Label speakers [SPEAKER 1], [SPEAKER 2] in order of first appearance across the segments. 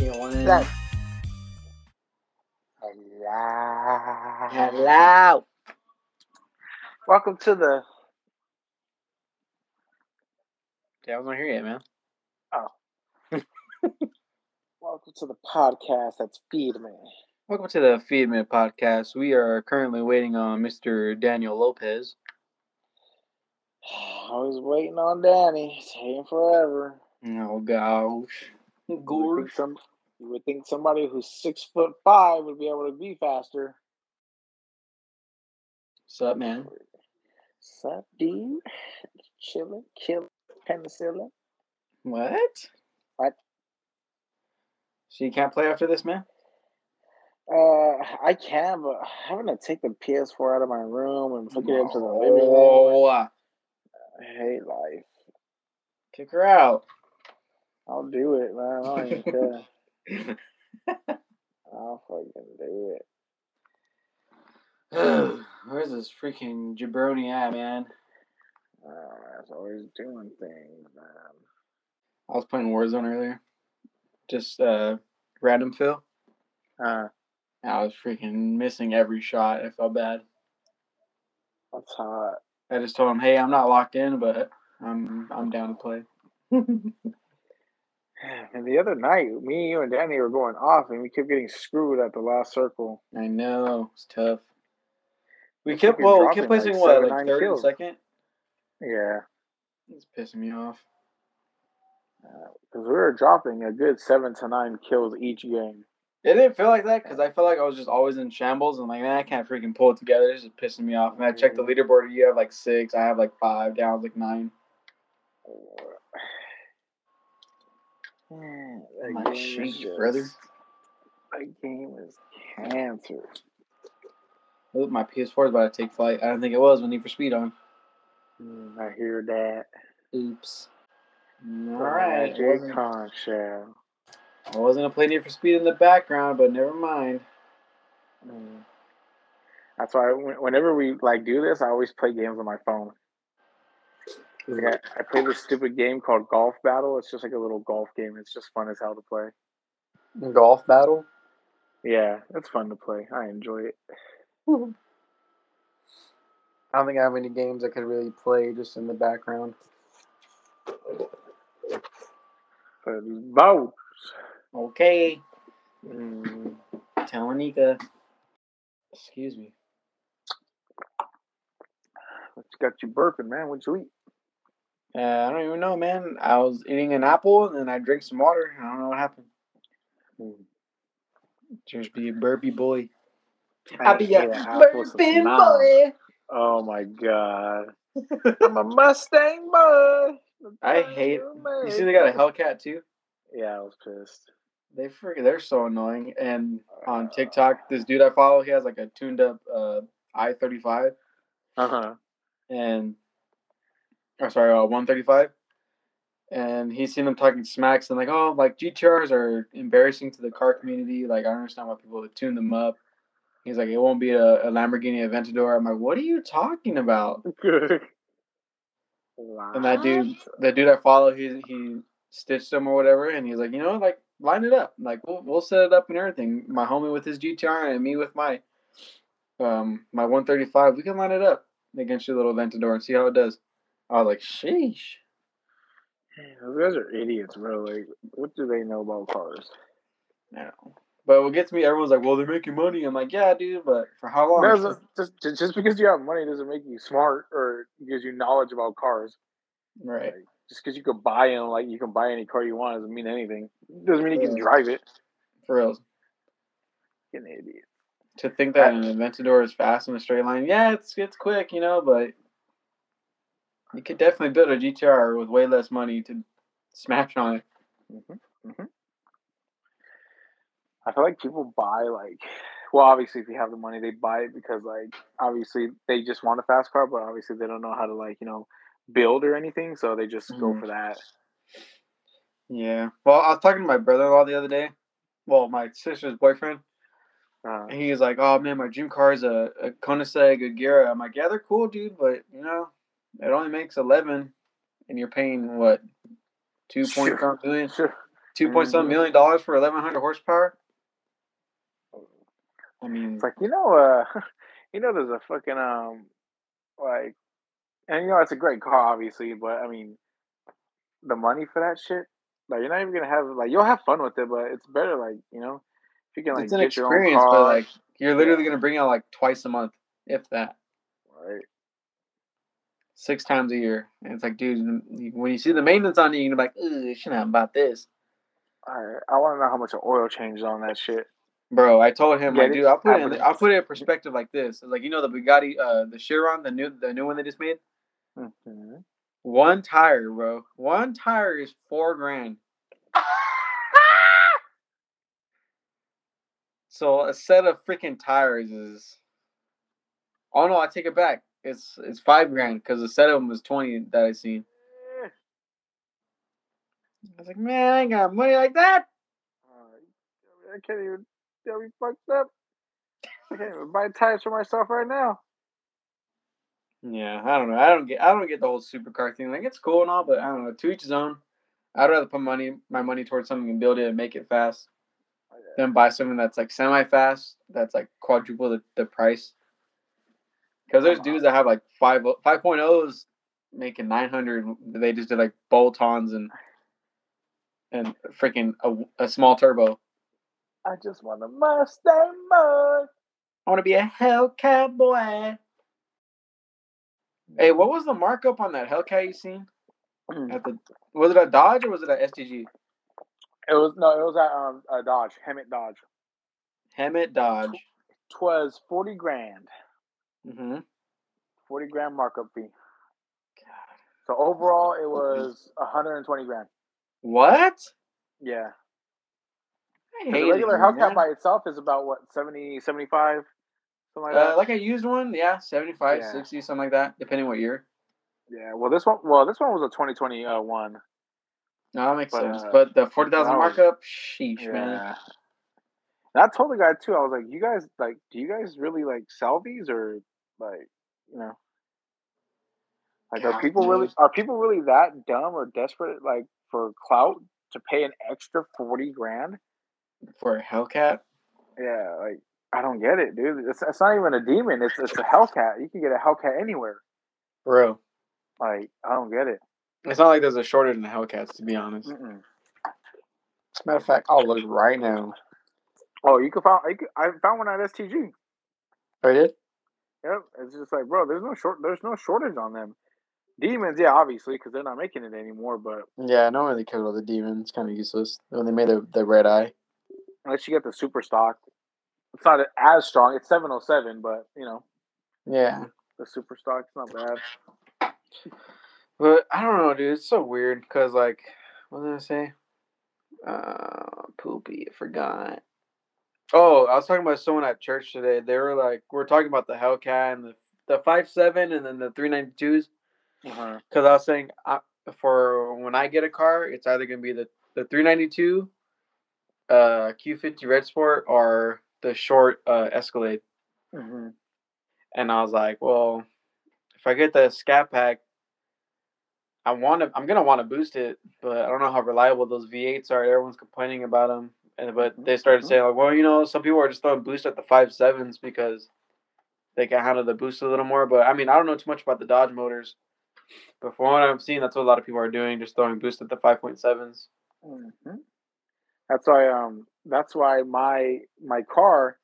[SPEAKER 1] one.
[SPEAKER 2] Hello.
[SPEAKER 1] Hello.
[SPEAKER 2] uh, Hello.
[SPEAKER 1] Welcome to the.
[SPEAKER 2] Yeah, I was not here yet, man.
[SPEAKER 1] Welcome to the podcast that's Feed Me.
[SPEAKER 2] Welcome to the Feed Me podcast. We are currently waiting on Mr. Daniel Lopez.
[SPEAKER 1] I was waiting on Danny. It's taking forever.
[SPEAKER 2] Oh gosh,
[SPEAKER 1] You would think Some, you would think somebody who's six foot five would be able to be faster.
[SPEAKER 2] What's up, man?
[SPEAKER 1] Sup, dude? Chilling, killing, penicillin.
[SPEAKER 2] What?
[SPEAKER 1] What?
[SPEAKER 2] So you can't play after this, man?
[SPEAKER 1] Uh, I can, but having to take the PS4 out of my room and hook it up to the living room.
[SPEAKER 2] Oh,
[SPEAKER 1] I hate life.
[SPEAKER 2] kick her out.
[SPEAKER 1] I'll do it, man. I don't even care. I'll fucking do it.
[SPEAKER 2] Where's this freaking jabroni at, man?
[SPEAKER 1] Uh, it's always doing things, man.
[SPEAKER 2] I was playing Warzone earlier. Just uh random fill.
[SPEAKER 1] Uh,
[SPEAKER 2] I was freaking missing every shot. I felt bad.
[SPEAKER 1] that's hot.
[SPEAKER 2] I just told him, "Hey, I'm not locked in, but I'm I'm down to play."
[SPEAKER 1] And the other night, me, you, and Danny were going off, and we kept getting screwed at the last circle.
[SPEAKER 2] I know it's tough. We
[SPEAKER 1] We're
[SPEAKER 2] kept
[SPEAKER 1] freaking
[SPEAKER 2] well, we
[SPEAKER 1] dropping,
[SPEAKER 2] kept
[SPEAKER 1] like,
[SPEAKER 2] placing what
[SPEAKER 1] seven,
[SPEAKER 2] like
[SPEAKER 1] nine
[SPEAKER 2] third and
[SPEAKER 1] kills.
[SPEAKER 2] second.
[SPEAKER 1] Yeah,
[SPEAKER 2] It's pissing me off.
[SPEAKER 1] because we were dropping a good seven to nine kills each game.
[SPEAKER 2] It didn't feel like that because I felt like I was just always in shambles and like, man, I can't freaking pull it together. It's just pissing me off. And I checked the leaderboard. You have like six. I have like five. Down's like nine.
[SPEAKER 1] Man,
[SPEAKER 2] My
[SPEAKER 1] that game
[SPEAKER 2] sheesh,
[SPEAKER 1] is just-
[SPEAKER 2] brother.
[SPEAKER 1] That game is cancer.
[SPEAKER 2] Ooh, my PS4 is about to take flight. I don't think it was when Need for Speed on.
[SPEAKER 1] Mm, I hear that.
[SPEAKER 2] Oops. All
[SPEAKER 1] All
[SPEAKER 2] right. I
[SPEAKER 1] Jay
[SPEAKER 2] wasn't-
[SPEAKER 1] Con Shell.
[SPEAKER 2] I wasn't gonna play Need for Speed in the background, but never mind.
[SPEAKER 1] Mm. That's why when- whenever we like do this, I always play games on my phone. Like, I, I play this stupid game called Golf Battle. It's just like a little golf game. It's just fun as hell to play.
[SPEAKER 2] Golf battle.
[SPEAKER 1] Yeah, it's fun to play. I enjoy it.
[SPEAKER 2] I don't think I have any games I could really play just in the background.
[SPEAKER 1] But Bo,
[SPEAKER 2] Okay.
[SPEAKER 1] mm,
[SPEAKER 2] Talonika. Excuse me.
[SPEAKER 1] what you got you burping, man? What you eat?
[SPEAKER 2] Uh, I don't even know, man. I was eating an apple and then I drank some water. I don't know what happened.
[SPEAKER 1] Mm.
[SPEAKER 2] Just be a burpy boy.
[SPEAKER 1] I ain't ate an apple since nine. Oh my god! I'm a Mustang boy.
[SPEAKER 2] I hate- You see, they got a Hellcat too.
[SPEAKER 1] Yeah, I was pissed.
[SPEAKER 2] They freaking, they're so annoying. And on TikTok, this dude I follow, he has like a tuned up uh, i thirty five
[SPEAKER 1] Uh huh.
[SPEAKER 2] and, or sorry, uh, one thirty five. And he's seen them talking smacks and like, oh, like GTRs are embarrassing to the car community. Like, I don't understand why people would tune them up. He's like, it won't be a, a Lamborghini Aventador. I'm like, what are you talking about? And that dude,
[SPEAKER 1] Oh.
[SPEAKER 2] the dude I follow, he he stitched him or whatever, and he's like, you know, like line it up, like we'll we'll set it up and everything. My homie with his GTR and me with my um my 135, we can line it up against your little Ventador and see how it does. I was like, sheesh.
[SPEAKER 1] Those guys are idiots, bro. Like, what do they know about cars?
[SPEAKER 2] I don't know. But what gets me, everyone's like, well, they're making money. I'm like, yeah, dude, but for how long?
[SPEAKER 1] Doesn't- just, ju- just because you have money doesn't make you smart or gives you knowledge about cars.
[SPEAKER 2] right.
[SPEAKER 1] Just because you could buy them, like you can buy any car you want, doesn't mean anything. Doesn't mean you can
[SPEAKER 2] Yeah.
[SPEAKER 1] drive it.
[SPEAKER 2] For real.
[SPEAKER 1] You're an idiot.
[SPEAKER 2] To think that an Aventador is fast in a straight line, yeah, it's it's quick, you know, but you could definitely build a GTR with way less money to smash on it.
[SPEAKER 1] I feel like people buy like, well, obviously if you have the money, they buy it because like obviously they just want a fast car, but obviously they don't know how to like you know build or anything, so they just go
[SPEAKER 2] Mhm.
[SPEAKER 1] for that.
[SPEAKER 2] Yeah. Well, I was talking to my brother-in-law the other day. Well, my sister's boyfriend,
[SPEAKER 1] Uh,
[SPEAKER 2] and he was like, "Oh man, my dream car is a, a Koenigsegg Agera." I'm like, "Yeah, they're cool, dude, but you know, it only makes eleven, and you're paying what two point
[SPEAKER 1] Sure.
[SPEAKER 2] something million."
[SPEAKER 1] sure,
[SPEAKER 2] Two point seven million dollars for eleven hundred horsepower. I mean,
[SPEAKER 1] It's like you know, uh, you know, there's a fucking um, like, and you know, it's a great car, obviously, but I mean, the money for that shit, like, you're not even gonna have like you'll have fun with it, but it's better, like, you know, if you can like
[SPEAKER 2] it's an
[SPEAKER 1] get your own
[SPEAKER 2] experience, but
[SPEAKER 1] car,
[SPEAKER 2] like you're literally gonna bring out like twice a month, if that,
[SPEAKER 1] right?
[SPEAKER 2] six times a year. And it's like, dude, when you see the maintenance on you, you're gonna be like, ooh, you shouldn't have bought this,
[SPEAKER 1] I, I want to know how much an oil change is on that shit.
[SPEAKER 2] bro. I told him,
[SPEAKER 1] Get
[SPEAKER 2] like,
[SPEAKER 1] it?
[SPEAKER 2] dude, I'll put it, in,
[SPEAKER 1] Apple-
[SPEAKER 2] I'll put it in perspective like this. It's like you know the Bugatti, uh, the Chiron, the new, the new one they just made.
[SPEAKER 1] Mhm.
[SPEAKER 2] One tire, bro. One tire is four grand. So a set of freaking tires is. Oh no, I take it back. It's it's five grand because a set of them was twenty that I seen. I was like, man, I ain't got money like that.
[SPEAKER 1] Uh, I can't even. I'll be fucked up. I can't even buy tires for myself right now.
[SPEAKER 2] Yeah, I don't know. I don't get. I don't get the whole supercar thing. Like it's cool and all, but I don't know. To each his own. I'd rather put money my money towards something and build it and make it fast, than buy something that's like semi fast that's like quadruple the, the price. Because there's
[SPEAKER 1] Come on.
[SPEAKER 2] dudes that have like five five point ohs making nine hundred. They just did like bolt ons and and freaking a, a small turbo.
[SPEAKER 1] I just want a Mustang mud.
[SPEAKER 2] I want to be a Hellcat boy. Hey, what was the markup on that Hellcat you seen? At the was it a Dodge or was it a STG?
[SPEAKER 1] It was no, it was at um, a Dodge, Hemet Dodge.
[SPEAKER 2] Hemet Dodge.
[SPEAKER 1] Twas forty grand,
[SPEAKER 2] Mm-hmm.
[SPEAKER 1] forty grand markup fee. So overall, it was hundred and twenty grand.
[SPEAKER 2] What?
[SPEAKER 1] Yeah,
[SPEAKER 2] I
[SPEAKER 1] 'Cause
[SPEAKER 2] hate
[SPEAKER 1] the regular
[SPEAKER 2] it,
[SPEAKER 1] Hellcat
[SPEAKER 2] man.
[SPEAKER 1] by itself is about what 70, 75? something like
[SPEAKER 2] uh,
[SPEAKER 1] that.
[SPEAKER 2] like a used one, yeah, 75,
[SPEAKER 1] Yeah.
[SPEAKER 2] 60, something like that, depending what year.
[SPEAKER 1] yeah. Well, this one, well, this one was a twenty twenty uh, one.
[SPEAKER 2] No, that makes
[SPEAKER 1] But,
[SPEAKER 2] sense.
[SPEAKER 1] uh,
[SPEAKER 2] But the forty thousand
[SPEAKER 1] that was-
[SPEAKER 2] markup, sheesh, man.
[SPEAKER 1] Yeah. And I told the guy too. I was like, "You guys like, do you guys really like sell these or like, you know, like are
[SPEAKER 2] God,
[SPEAKER 1] people really
[SPEAKER 2] dude.
[SPEAKER 1] are people really that dumb or desperate like for clout to pay an extra forty grand?
[SPEAKER 2] For a Hellcat,
[SPEAKER 1] Yeah, like I don't get it, dude. It's, it's not even a demon. It's it's a Hellcat. You can get a Hellcat anywhere.
[SPEAKER 2] bro.
[SPEAKER 1] Like I don't get it.
[SPEAKER 2] It's not like there's a shortage in Hellcats, to be honest.
[SPEAKER 1] Mm-mm.
[SPEAKER 2] Matter of fact, I'll look right now.
[SPEAKER 1] Oh, you can find I, could- I found one at STG.
[SPEAKER 2] I Oh, did.
[SPEAKER 1] Yep, it's just like, bro, there's no short, there's no shortage on them. Demons, yeah, obviously, because they're not making it anymore. But
[SPEAKER 2] Yeah, no one really cares about the demon. It's kind of useless when they made the, the red eye.
[SPEAKER 1] unless you get the super stock, it's not as strong. It's seven oh seven, but you know
[SPEAKER 2] Yeah,
[SPEAKER 1] the super stock's not bad.
[SPEAKER 2] but I don't know, dude. It's so weird because like, what did I say? Uh, poopy. I forgot. Oh, I was talking about someone at church today. They were like, we are talking about the Hellcat and the the five seven and then the three ninety twos.
[SPEAKER 1] Uh-huh.
[SPEAKER 2] Because I was saying, I, for when I get a car, it's either gonna be the the three ninety two, uh, Q fifty Red Sport or the short uh, Escalade.
[SPEAKER 1] hmm
[SPEAKER 2] and I was like, well, if I get the Scat Pack, I want to. I'm gonna want to boost it, but I don't know how reliable those V8s are. Everyone's complaining about them, and but they started
[SPEAKER 1] Mhm.
[SPEAKER 2] saying like, well, you know, some people are just throwing boost at the five sevens because they can handle the boost a little more. But I mean, I don't know too much about the Dodge motors, but from what I'm seeing, that's what a lot of people are doing, just throwing boost at the five point sevens.
[SPEAKER 1] hmm That's why. Um, that's why my my car,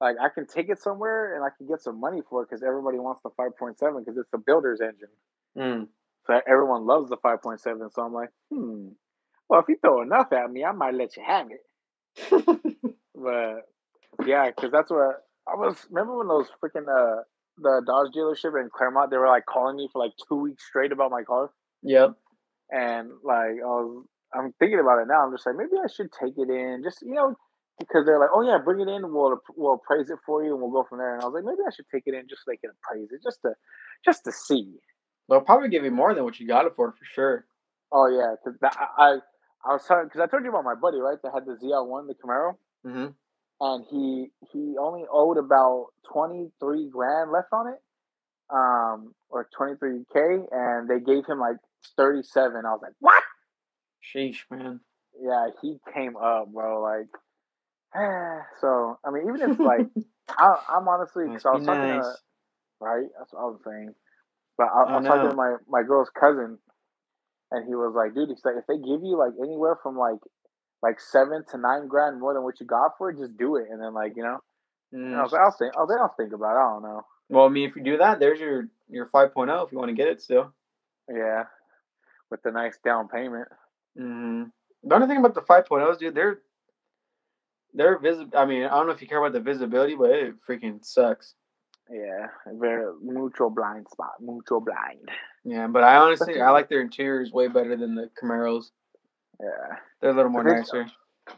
[SPEAKER 1] like, I can take it somewhere and I can get some money for it because everybody wants the five point seven because it's the builder's engine.
[SPEAKER 2] Mm.
[SPEAKER 1] So everyone loves the 5.7. So I'm like, hmm. Well, if you throw enough at me, I might let you have it. But yeah, because that's what I was. Remember when those freaking uh the Dodge dealership in Claremont, they were like calling me for like two weeks straight about my car,
[SPEAKER 2] Yep.
[SPEAKER 1] and like I was, I'm thinking about it now. I'm just like, maybe I should take it in, just you know, because they're like, oh yeah, bring it in, we'll we'll appraise it for you, and we'll go from there. And I was like, maybe I should take it in just so they can appraise it, just to just to see.
[SPEAKER 2] They'll probably give you more than what you got it for, for sure.
[SPEAKER 1] Oh yeah, because I, I I was telling because I told you about my buddy right that had the ZL one the Camaro
[SPEAKER 2] Mm-hmm.
[SPEAKER 1] and he he only owed about twenty three grand left on it, um or twenty three k and they gave him like thirty seven. I was like, what?
[SPEAKER 2] Sheesh, man.
[SPEAKER 1] yeah, he came up, bro. Like, so I mean, even if like I, I'm honestly, because I was talking
[SPEAKER 2] nice.
[SPEAKER 1] to right, that's what I was saying. But I, I
[SPEAKER 2] Oh,
[SPEAKER 1] was talking
[SPEAKER 2] no.
[SPEAKER 1] to my my girl's cousin, and he was like, "Dude, he's like, if they give you like anywhere from like like seven to nine grand more than what you got for it, just do it." And then like you know, and I was like, "I'll think, I'll, I'll think about it. I don't know."
[SPEAKER 2] Well, I mean, if you do that, there's your your 5.0 if you want to get it still.
[SPEAKER 1] Yeah, with the nice down payment.
[SPEAKER 2] Mm-hmm. The only thing about the 5.0s, dude, they're they're visible. I mean, I don't know if you care about the visibility, but it freaking sucks.
[SPEAKER 1] Yeah, very mutual blind spot, mutual blind.
[SPEAKER 2] Yeah, but I honestly I like their interiors way better than the Camaros.
[SPEAKER 1] Yeah.
[SPEAKER 2] They're a little more
[SPEAKER 1] Okay.
[SPEAKER 2] nicer.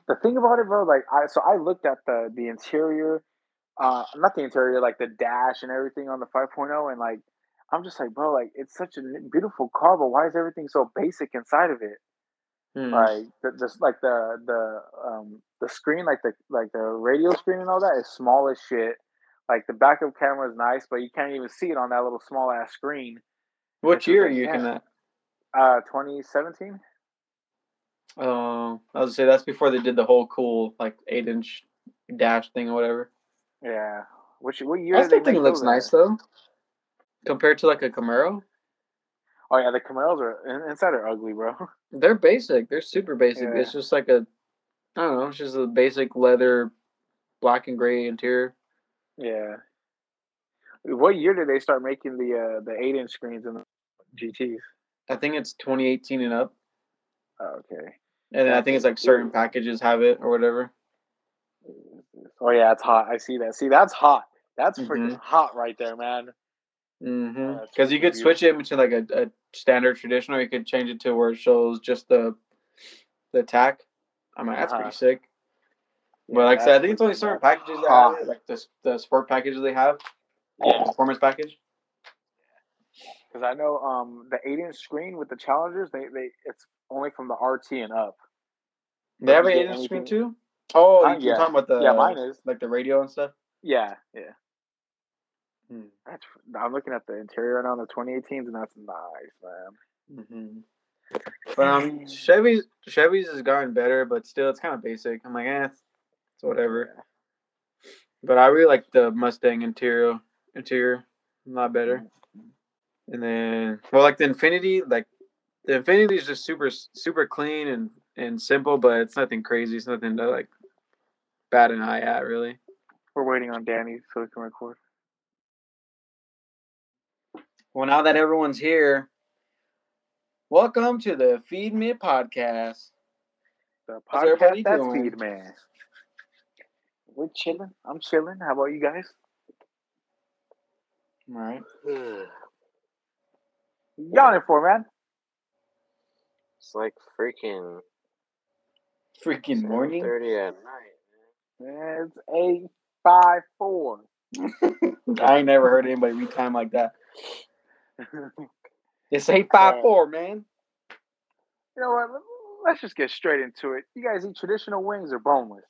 [SPEAKER 1] the thing about it, bro, like I so I looked at the the interior, uh, not the interior, like the dash and everything on the 5.0, and like I'm just like, bro, like it's such a n- beautiful car, but why is everything so basic inside of it?
[SPEAKER 2] Hmm.
[SPEAKER 1] Like the, just like the the um the screen, like the like the radio screen and all that is small as shit. Like the backup camera is nice, but you can't even see it on that little small ass screen.
[SPEAKER 2] What
[SPEAKER 1] It's
[SPEAKER 2] year are
[SPEAKER 1] just like,
[SPEAKER 2] you
[SPEAKER 1] yeah.
[SPEAKER 2] looking at?
[SPEAKER 1] Uh, 2017.
[SPEAKER 2] Oh, I was gonna say that's before they did the whole cool like eight inch dash thing or whatever.
[SPEAKER 1] Yeah. Which what year?
[SPEAKER 2] I
[SPEAKER 1] did they
[SPEAKER 2] still think
[SPEAKER 1] make
[SPEAKER 2] it looks
[SPEAKER 1] those in?
[SPEAKER 2] nice though, compared to like a Camaro.
[SPEAKER 1] Oh yeah, the Camaros are in- inside are ugly, bro.
[SPEAKER 2] They're basic. They're super basic.
[SPEAKER 1] Yeah.
[SPEAKER 2] It's just like a, I don't know. It's just a basic leather, black and gray interior.
[SPEAKER 1] Yeah. What year did they start making the uh, the eight inch screens in the GTs?
[SPEAKER 2] I think it's 2018 and up,
[SPEAKER 1] Oh, okay.
[SPEAKER 2] and then I
[SPEAKER 1] That's
[SPEAKER 2] think it's like certain packages have it or whatever.
[SPEAKER 1] Oh yeah, it's hot. I see that. See, that's hot. That's freaking
[SPEAKER 2] Mhm.
[SPEAKER 1] hot right there, man.
[SPEAKER 2] Mm-hmm.
[SPEAKER 1] Uh, that's
[SPEAKER 2] Because you could switch it into like a, a standard traditional. You could change it to where it shows just the, the tack. I'm like, that's
[SPEAKER 1] Uh-huh.
[SPEAKER 2] pretty sick.
[SPEAKER 1] Yeah,
[SPEAKER 2] But like I said, I
[SPEAKER 1] that's
[SPEAKER 2] think it's only
[SPEAKER 1] freaking
[SPEAKER 2] certain
[SPEAKER 1] hot.
[SPEAKER 2] packages that have it, like the the sport packages they have, the performance package.
[SPEAKER 1] Because I know um the eight inch screen with the Challengers, they they it's only from the RT and up.
[SPEAKER 2] They have an
[SPEAKER 1] Did you
[SPEAKER 2] eight
[SPEAKER 1] get
[SPEAKER 2] inch screen
[SPEAKER 1] anything?
[SPEAKER 2] too. Oh,
[SPEAKER 1] Mine-
[SPEAKER 2] you're
[SPEAKER 1] yeah.
[SPEAKER 2] talking about the
[SPEAKER 1] yeah, mine is.
[SPEAKER 2] like the radio and stuff.
[SPEAKER 1] Yeah, yeah.
[SPEAKER 2] Mm.
[SPEAKER 1] That's. I'm looking at the interior now on the 2018s, and that's nice, man.
[SPEAKER 2] hmm But um, Chevy's Chevy's has gotten better, but still it's kind of basic. I'm like, eh, it's whatever. But I really like the Mustang interior interior a lot better. And then well, like the Infinity, like the Infinity is just super super clean and and simple, but it's nothing crazy. It's nothing to like bat an eye at really.
[SPEAKER 1] We're waiting on Danny so we can record.
[SPEAKER 2] Well, now that everyone's here, welcome to the Feed Me Podcast.
[SPEAKER 1] The
[SPEAKER 2] How's everybody
[SPEAKER 1] podcast that's
[SPEAKER 2] doing?
[SPEAKER 1] feed man. We're chilling. I'm chilling. How about you guys?
[SPEAKER 2] All right.
[SPEAKER 1] Yawning for man.
[SPEAKER 3] It's like freaking
[SPEAKER 2] Freaking morning.
[SPEAKER 3] thirty at
[SPEAKER 1] Uh,
[SPEAKER 3] night.
[SPEAKER 1] It's eight five four.
[SPEAKER 2] I ain't never heard anybody read time like that. It's 854, man.
[SPEAKER 1] You know what? Let's just get straight into it. You guys eat traditional wings or boneless?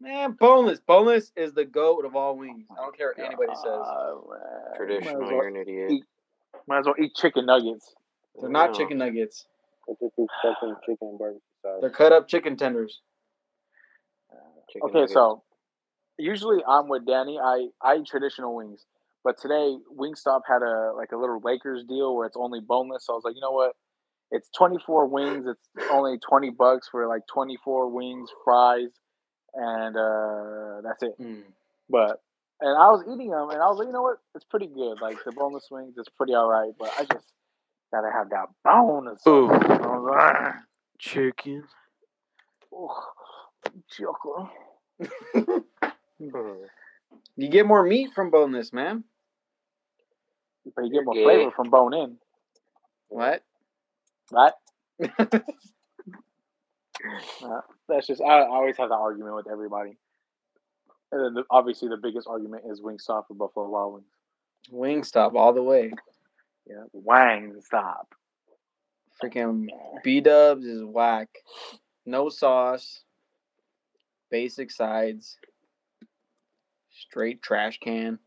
[SPEAKER 2] Man, boneless. Boneless is the goat of
[SPEAKER 3] Oh
[SPEAKER 2] all wings. I don't care what anybody says.
[SPEAKER 1] Oh, man.
[SPEAKER 3] Traditional,
[SPEAKER 1] Might as,
[SPEAKER 3] you're
[SPEAKER 1] well,
[SPEAKER 3] an idiot.
[SPEAKER 1] might as well eat chicken nuggets.
[SPEAKER 2] They're not
[SPEAKER 3] No.
[SPEAKER 2] chicken nuggets.
[SPEAKER 4] It's just these fucking chicken and barbecue sauce.
[SPEAKER 2] They're cut up chicken tenders.
[SPEAKER 3] Chicken
[SPEAKER 1] Okay,
[SPEAKER 3] nuggets.
[SPEAKER 1] so usually I'm with Danny. I I eat traditional wings, but today Wingstop had a like a little Lakers deal where it's only boneless. So I was like, you know what? It's 24 wings. It's only 20 bucks for like 24 wings, fries, and uh, that's it.
[SPEAKER 3] Mm.
[SPEAKER 1] But and I was eating them, and I was like, you know what? It's pretty good. Like the boneless wings, it's pretty all right. But I just gotta have that bonus.
[SPEAKER 3] Ooh.
[SPEAKER 1] I was
[SPEAKER 3] Chicken.
[SPEAKER 1] like, "Ugh, chocolate."
[SPEAKER 2] You get more meat from boneless, man.
[SPEAKER 1] But you get more
[SPEAKER 3] Gay.
[SPEAKER 1] flavor from bone in,
[SPEAKER 2] What?
[SPEAKER 1] right? Uh, that's just I, I always have that argument with everybody. And then the, obviously the biggest argument is Wingstop or Buffalo Wild Wings.
[SPEAKER 2] Wingstop all the way.
[SPEAKER 1] Yeah, Wang Stop.
[SPEAKER 2] Freaking B Dubs is whack. No sauce. Basic sides. Straight trash can.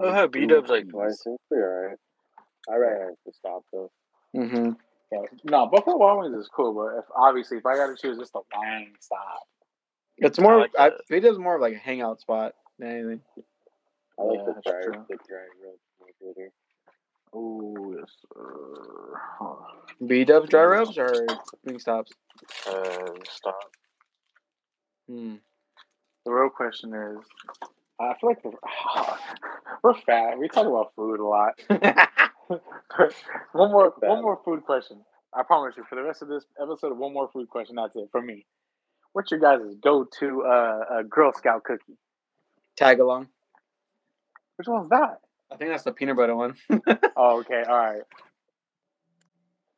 [SPEAKER 3] Oh, how B-Dub's like
[SPEAKER 4] Well, it's pretty alright. I rather have to stop though.
[SPEAKER 2] Mm-hmm.
[SPEAKER 1] Okay. No, Buffalo Wild Wings is cool, but if obviously if I got to choose, it's the line stop.
[SPEAKER 2] It's more. I
[SPEAKER 3] I like that.
[SPEAKER 2] Vita's more of like a hangout spot than anything.
[SPEAKER 4] I like
[SPEAKER 1] Yeah,
[SPEAKER 4] the
[SPEAKER 1] that's
[SPEAKER 4] fries,
[SPEAKER 1] true.
[SPEAKER 4] the dry rub much better.
[SPEAKER 1] Oh yes, sir. Hold on.
[SPEAKER 2] B Dubs dry rubs or wing stops.
[SPEAKER 3] Uh, stop.
[SPEAKER 2] Hmm.
[SPEAKER 1] The real question is, I feel like we're, we're fat. We talk about food a lot. one more,
[SPEAKER 4] We're fat.
[SPEAKER 1] one more food question. I promise you, for the rest of this episode, one more food question. That's it for me. What's your guys' go-to uh, uh, Girl Scout cookie?
[SPEAKER 2] Tag along.
[SPEAKER 1] Which one's that?
[SPEAKER 2] I think that's the peanut butter one.
[SPEAKER 1] Oh, okay, all right.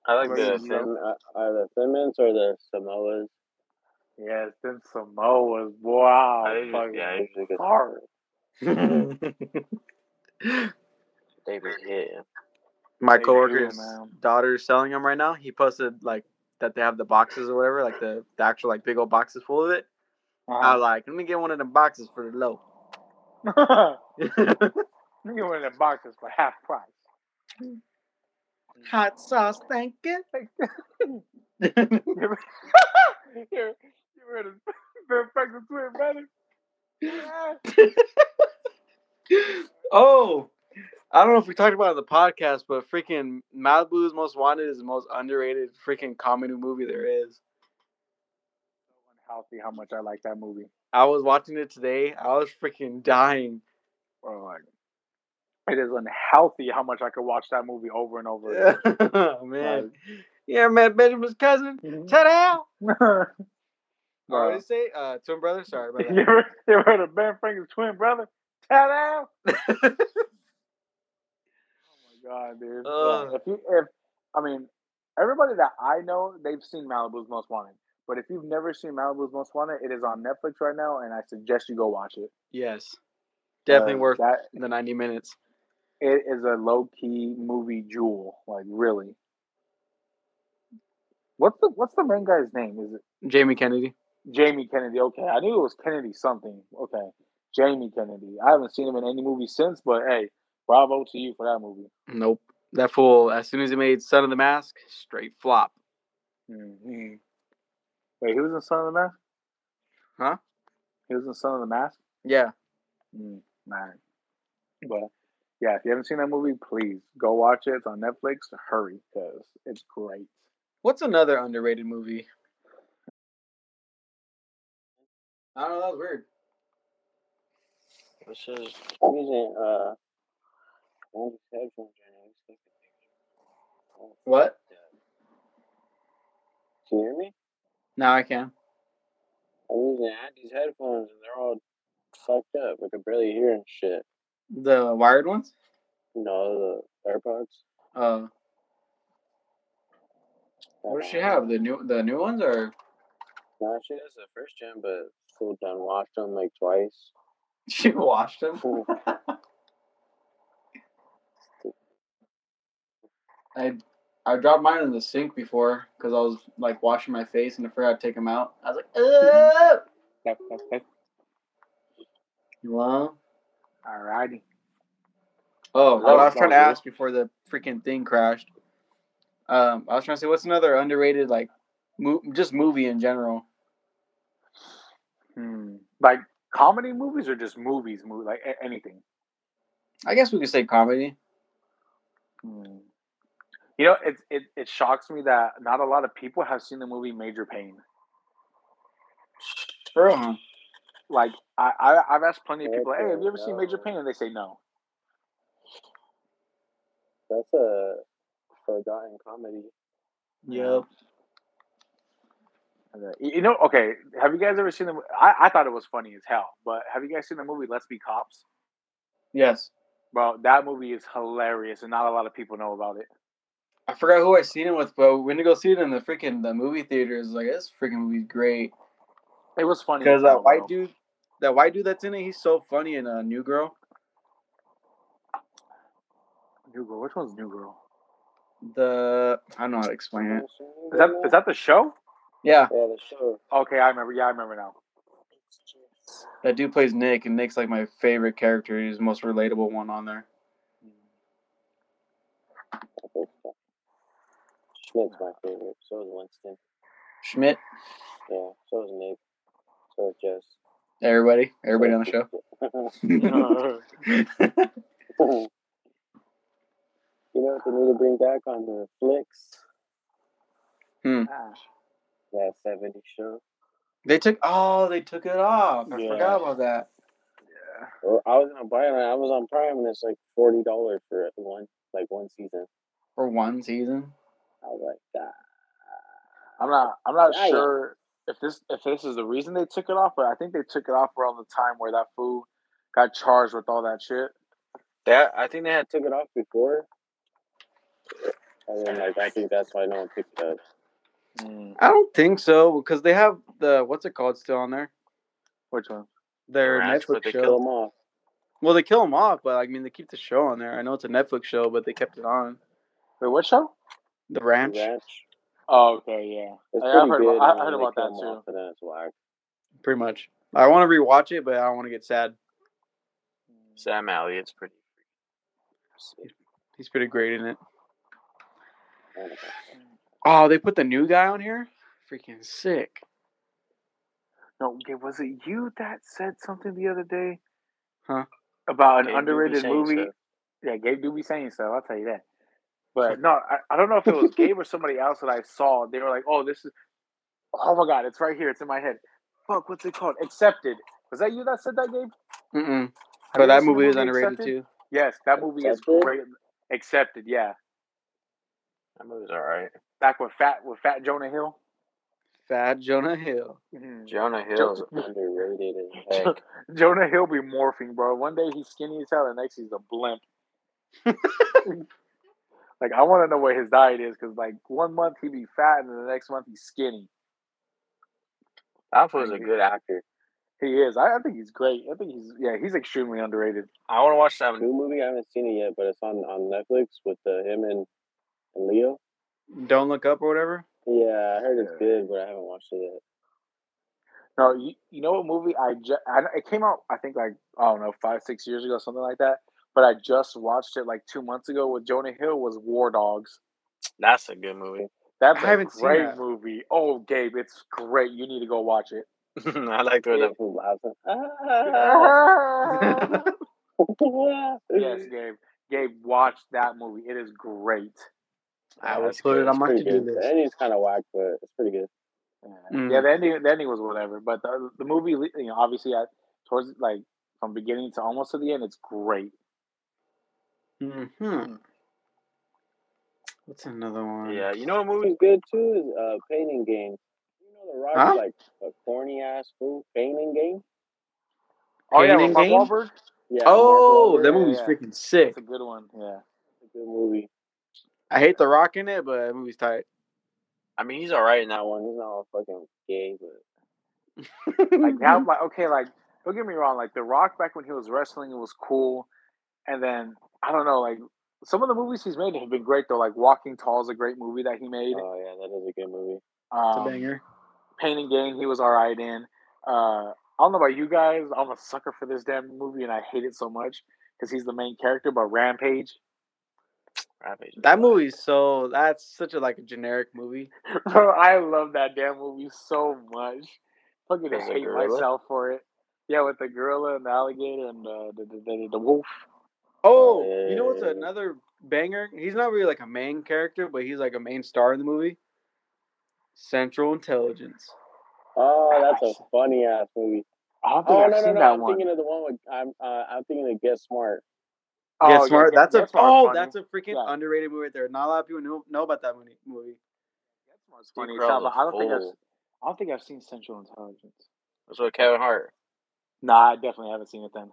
[SPEAKER 3] I like
[SPEAKER 1] Where
[SPEAKER 3] the
[SPEAKER 1] is
[SPEAKER 3] thin.
[SPEAKER 4] Them, uh, are the Simmons or the Samoas?
[SPEAKER 1] Yes, then Samoa's. Wow,
[SPEAKER 3] I usually-
[SPEAKER 1] fucking
[SPEAKER 3] yeah, I usually get
[SPEAKER 1] hard.
[SPEAKER 3] they be hitting.
[SPEAKER 2] My
[SPEAKER 1] They do,
[SPEAKER 2] coworker's
[SPEAKER 1] man.
[SPEAKER 2] daughter's selling them right now. He posted like that they have the boxes or whatever, like the, the actual like big old boxes full of it. I
[SPEAKER 1] Uh-huh.
[SPEAKER 2] was like, let me get one of the boxes for the low.
[SPEAKER 1] you get one of the boxes for half price.
[SPEAKER 2] Hot sauce, thank you.
[SPEAKER 1] You're, you're, you're in a the fucking twin brother. Yeah.
[SPEAKER 2] oh, I don't know if we talked about it on the podcast, but freaking Malibu's Most Wanted is the most underrated freaking comedy movie there is.
[SPEAKER 1] Unhealthy how much I like that movie.
[SPEAKER 2] I was watching it today. I was freaking dying.
[SPEAKER 1] Or like, it is unhealthy how much I could watch that movie over and over. again.
[SPEAKER 2] oh, man. Yeah, man, Benjamin's cousin. Ta-da!
[SPEAKER 1] Bruh.
[SPEAKER 2] What did I say? Uh, twin brother? Sorry about
[SPEAKER 1] you,
[SPEAKER 2] that.
[SPEAKER 1] ever, you ever heard of Ben Franklin's twin brother? Ta-da! oh my god, dude! Yeah,
[SPEAKER 2] Ugh.
[SPEAKER 1] if you, if I mean, everybody that I know, they've seen Malibu's Most Wanted. But if you've never seen Malibu's Most Wanted, it is on Netflix right now, and I suggest you go watch it.
[SPEAKER 2] Yes. Definitely
[SPEAKER 1] Uh,
[SPEAKER 2] worth
[SPEAKER 1] that.
[SPEAKER 2] the 90 minutes.
[SPEAKER 1] It is a low key movie jewel, like really. What's the What's the main guy's name? Is it
[SPEAKER 2] Jamie Kennedy.
[SPEAKER 1] Jamie Kennedy. Okay, I knew it was Kennedy something. Okay, Jamie Kennedy. I haven't seen him in any movie since, but hey, bravo to you for that movie.
[SPEAKER 2] Nope. That fool, as soon as he made Son of the Mask, straight flop.
[SPEAKER 1] Mm-hmm. Wait, he was in Son of the Mask?
[SPEAKER 2] Huh?
[SPEAKER 1] He was in Son of the Mask?
[SPEAKER 2] Yeah.
[SPEAKER 1] Mm, man. But yeah, if you haven't seen that movie, please go watch it. It's on Netflix. Hurry, because it's great.
[SPEAKER 2] What's another underrated movie? I don't know. That was weird.
[SPEAKER 3] This is
[SPEAKER 4] I'm using uh, Andrew's headphones right now. He's taking pictures. Oh,
[SPEAKER 2] What?
[SPEAKER 4] Can you hear me?
[SPEAKER 2] Now I can.
[SPEAKER 4] I'm using Andy's headphones and they're all fucked up. I could barely hear and shit.
[SPEAKER 2] The wired ones?
[SPEAKER 4] You know, the AirPods.
[SPEAKER 2] Uh, what does she have? The new the new ones or?
[SPEAKER 4] Nah, she has the first gen, but full done washed them like twice.
[SPEAKER 2] She washed them. I I dropped mine in the sink before because I was like washing my face and I forgot to take them out. I was like, oh.
[SPEAKER 1] Yep, yep, yep.
[SPEAKER 2] Well,
[SPEAKER 1] Alrighty.
[SPEAKER 2] oh, what I was
[SPEAKER 1] Oh,
[SPEAKER 2] trying to
[SPEAKER 1] sorry.
[SPEAKER 2] ask before the freaking thing crashed. Um, I was trying to say, what's another underrated like, mo- just movie in general?
[SPEAKER 1] Hmm. Like comedy movies or just movies, movie, like a- anything.
[SPEAKER 2] I guess we could say comedy. Mm.
[SPEAKER 1] Hmm. You know, it, it it shocks me that not a lot of people have seen the movie Major Pain.
[SPEAKER 2] For real, huh?
[SPEAKER 1] Like I, I I've asked plenty of people,
[SPEAKER 4] Okay,
[SPEAKER 1] hey, have you ever seen Major
[SPEAKER 4] no.
[SPEAKER 1] Pain? And they say no.
[SPEAKER 4] That's a forgotten comedy.
[SPEAKER 2] Yep.
[SPEAKER 1] And they're- You you know, okay. Have you guys ever seen the? mo- I, I thought it was funny as hell, but have you guys seen the movie Let's Be Cops?
[SPEAKER 2] Yes.
[SPEAKER 1] Bro, that movie is hilarious, and not a lot of people know about it.
[SPEAKER 2] I forgot who I seen it with, but we went to go see it in the freaking the movie theaters. Like this freaking movie's great
[SPEAKER 1] It was funny as
[SPEAKER 2] because that
[SPEAKER 1] hell, bro.
[SPEAKER 2] white dude, that white dude that's in it, he's so funny in uh, New Girl.
[SPEAKER 1] New Girl. Which one's New Girl?
[SPEAKER 2] The I don't know how to explain it.
[SPEAKER 1] Is that is that the show?
[SPEAKER 2] Yeah,
[SPEAKER 4] Yeah, the show.
[SPEAKER 1] Okay, I remember. Yeah, I remember now.
[SPEAKER 2] that dude plays Nick, and Nick's like my favorite character. He's the most relatable one on there.
[SPEAKER 4] Schmidt's my favorite. So is Winston.
[SPEAKER 2] Schmidt,
[SPEAKER 4] Yeah. So is Nick. So is Jess.
[SPEAKER 2] everybody, everybody on the show.
[SPEAKER 4] you know what they need to bring back on the flicks?
[SPEAKER 1] Ah,
[SPEAKER 4] That 70 show.
[SPEAKER 2] They took oh, they took it off. I
[SPEAKER 4] Yeah.
[SPEAKER 2] forgot about that.
[SPEAKER 4] Or I was gonna buy it. I was on Prime, and it's like forty dollars for one, like one season.
[SPEAKER 2] For one season.
[SPEAKER 4] I was like, God.
[SPEAKER 1] I'm not. I'm not
[SPEAKER 4] Yeah, yeah.
[SPEAKER 1] sure if this if this is the reason they took it off, but I think they took it off around the time where that fool got charged with all that shit.
[SPEAKER 3] That I think they had.
[SPEAKER 4] took it off before. And then, like, I think that's why no one picked it up.
[SPEAKER 1] Mm,
[SPEAKER 2] I don't think so because they have the what's it called still on there.
[SPEAKER 1] Which one?
[SPEAKER 2] Their
[SPEAKER 3] Rats, but
[SPEAKER 2] Netflix
[SPEAKER 3] they
[SPEAKER 2] show.
[SPEAKER 4] Kill them off.
[SPEAKER 2] well, they kill them off, but I mean they keep the show on there. I know it's a Netflix show, but they kept it on
[SPEAKER 1] Wait, what show?
[SPEAKER 2] the
[SPEAKER 4] The
[SPEAKER 2] ranch.
[SPEAKER 4] Ranch.
[SPEAKER 1] Oh, okay, yeah.
[SPEAKER 4] It's
[SPEAKER 1] Yeah, I've
[SPEAKER 4] pretty
[SPEAKER 1] heard
[SPEAKER 4] good.
[SPEAKER 1] about- I- I
[SPEAKER 4] and
[SPEAKER 1] heard
[SPEAKER 4] they
[SPEAKER 1] about
[SPEAKER 4] kill
[SPEAKER 1] that
[SPEAKER 4] 'em
[SPEAKER 1] too.
[SPEAKER 4] off, And then it's whack.
[SPEAKER 2] Pretty much. I want to rewatch it, but I don't want to get sad.
[SPEAKER 3] Sam Elliott's pretty.
[SPEAKER 2] He's pretty great in it.
[SPEAKER 4] I don't know.
[SPEAKER 2] Oh, they put the new guy on here. Freaking sick.
[SPEAKER 1] No, okay, was it you that said something the other day?
[SPEAKER 2] Huh?
[SPEAKER 1] About an
[SPEAKER 3] Gabe Newby
[SPEAKER 1] underrated
[SPEAKER 3] saying
[SPEAKER 1] movie?
[SPEAKER 3] so.
[SPEAKER 1] Yeah, Gabe do be saying so. I'll tell you that. But no, I, I don't know if it was Gabe or somebody else that I saw. They were like, "Oh, this is, oh my god, it's right here. It's in my head. Fuck, what's it called? Accepted." Was that you that said that, Gabe?
[SPEAKER 2] Mm-mm.
[SPEAKER 1] Have
[SPEAKER 2] But
[SPEAKER 1] you
[SPEAKER 2] that
[SPEAKER 1] seen the
[SPEAKER 2] movie is underrated
[SPEAKER 1] Accepted?
[SPEAKER 2] too.
[SPEAKER 1] Yes, that movie is
[SPEAKER 4] Accepted?
[SPEAKER 1] great. Accepted, yeah.
[SPEAKER 3] That movie's alright.
[SPEAKER 1] Back with Fat with Fat Jonah Hill.
[SPEAKER 2] Fat Jonah Hill.
[SPEAKER 1] Mhm.
[SPEAKER 3] Jonah Hill's
[SPEAKER 4] Underrated as heck.
[SPEAKER 3] heck.
[SPEAKER 1] Jonah Hill be morphing, bro. One day he's skinny as hell, the next he's a blimp. like I want to know what his diet is, because like one month he be fat and the next month he's skinny.
[SPEAKER 3] That was a good actor.
[SPEAKER 1] He is. I, I think he's great. I think he's yeah. He's extremely underrated.
[SPEAKER 3] I want to watch that. one.
[SPEAKER 4] New movie. I haven't seen it yet, but it's on on Netflix with uh, him and and Leo.
[SPEAKER 2] Don't look up or whatever.
[SPEAKER 4] Yeah, I heard it's
[SPEAKER 1] Yeah.
[SPEAKER 4] good, but I haven't watched it yet.
[SPEAKER 1] No, you, you know what movie I just I, know- it came out I think like I don't know five six years ago something like that. But I just watched it like two months ago with Jonah Hill was War Dogs.
[SPEAKER 3] That's a good movie.
[SPEAKER 1] That's
[SPEAKER 2] I
[SPEAKER 1] a
[SPEAKER 2] haven't seen
[SPEAKER 1] great
[SPEAKER 2] that.
[SPEAKER 1] movie. Oh, Gabe, it's great. You need to go watch it.
[SPEAKER 3] I like the way
[SPEAKER 4] Yeah,
[SPEAKER 3] the
[SPEAKER 4] who laughs at-
[SPEAKER 1] yes,
[SPEAKER 4] yes,
[SPEAKER 1] Gabe. Gabe, watch that movie. It is great.
[SPEAKER 2] I will
[SPEAKER 3] that's
[SPEAKER 2] put it
[SPEAKER 3] good.
[SPEAKER 2] on my
[SPEAKER 4] pretty
[SPEAKER 2] to-do
[SPEAKER 4] good. The
[SPEAKER 2] list.
[SPEAKER 4] ending's kind of whack, but it's pretty good.
[SPEAKER 2] Mm.
[SPEAKER 1] Yeah, the ending, the ending was whatever, but the, the movie, you know, obviously, at towards like from beginning to almost to the end, it's great.
[SPEAKER 2] hmm What's another one?
[SPEAKER 3] Yeah, you know what movie?
[SPEAKER 4] Who's good too is uh, Painting Game. You know the Rock's
[SPEAKER 2] Huh?
[SPEAKER 4] like a corny ass fool. Painting Game.
[SPEAKER 1] Oh yeah,
[SPEAKER 2] Pain
[SPEAKER 1] with
[SPEAKER 2] and
[SPEAKER 1] Mark
[SPEAKER 2] Gain?
[SPEAKER 1] Wahlberg.
[SPEAKER 4] Yeah. Mark
[SPEAKER 2] Oh,
[SPEAKER 4] Wahlberg.
[SPEAKER 2] that
[SPEAKER 1] yeah,
[SPEAKER 2] movie's
[SPEAKER 1] yeah.
[SPEAKER 2] freaking sick.
[SPEAKER 1] That's a good one. Yeah,
[SPEAKER 4] It's a good movie.
[SPEAKER 2] I hate The Rock in it, but that movie's tight.
[SPEAKER 3] I mean, he's alright in that
[SPEAKER 4] That
[SPEAKER 3] one.
[SPEAKER 4] one. He's not all fucking gay, but
[SPEAKER 1] like now,
[SPEAKER 4] Mm-hmm.
[SPEAKER 1] like okay, like don't get me wrong, like The Rock back when he was wrestling, it was cool, and then I don't know, like some of the movies he's made have been great though. Like Walking Tall is a great movie that he made.
[SPEAKER 4] oh yeah, that is a good movie.
[SPEAKER 2] It's a
[SPEAKER 1] Um,
[SPEAKER 2] banger.
[SPEAKER 1] Pain and Gain, he was all right in. Uh, I don't know about you guys. I'm a sucker for this damn movie, and I hate it so much because he's the main character. But Rampage,
[SPEAKER 3] Rampage is
[SPEAKER 2] That
[SPEAKER 3] alright.
[SPEAKER 2] movie's so that's such a like a generic movie.
[SPEAKER 1] bro, I love that damn movie so much. Fucking
[SPEAKER 3] There's a
[SPEAKER 1] hate
[SPEAKER 3] gorilla?
[SPEAKER 1] myself for it. Yeah, with the gorilla and the alligator and uh, the, the, the, the wolf.
[SPEAKER 2] Oh,
[SPEAKER 4] yeah, yeah,
[SPEAKER 2] you know what's
[SPEAKER 4] yeah, yeah.
[SPEAKER 2] another banger? He's not really like a main character, but he's like a main star in the movie. Central Intelligence.
[SPEAKER 4] Oh, that's
[SPEAKER 1] Nice.
[SPEAKER 4] a funny ass movie.
[SPEAKER 1] I don't think
[SPEAKER 4] Oh
[SPEAKER 1] I've
[SPEAKER 4] no no
[SPEAKER 1] seen
[SPEAKER 4] no!
[SPEAKER 1] that
[SPEAKER 4] I'm
[SPEAKER 1] one.
[SPEAKER 4] thinking of the one with I'm uh, I'm thinking of Get Smart.
[SPEAKER 1] Oh,
[SPEAKER 2] Get
[SPEAKER 1] yeah,
[SPEAKER 2] smart.
[SPEAKER 1] Get-
[SPEAKER 2] that's a
[SPEAKER 1] Get Smart's
[SPEAKER 2] oh,
[SPEAKER 1] funny.
[SPEAKER 2] that's a freaking
[SPEAKER 1] Yeah.
[SPEAKER 2] underrated movie. Right there, not a lot of people know, know about that movie- movie.
[SPEAKER 1] Get Smart's
[SPEAKER 3] Steve
[SPEAKER 1] funny. as
[SPEAKER 3] Carell's
[SPEAKER 1] hell, but
[SPEAKER 3] a
[SPEAKER 1] I don't think I've,
[SPEAKER 3] fool.
[SPEAKER 1] I don't think I've seen Central Intelligence.
[SPEAKER 3] That's what Kevin Hart.
[SPEAKER 1] Nah, I definitely haven't seen it then.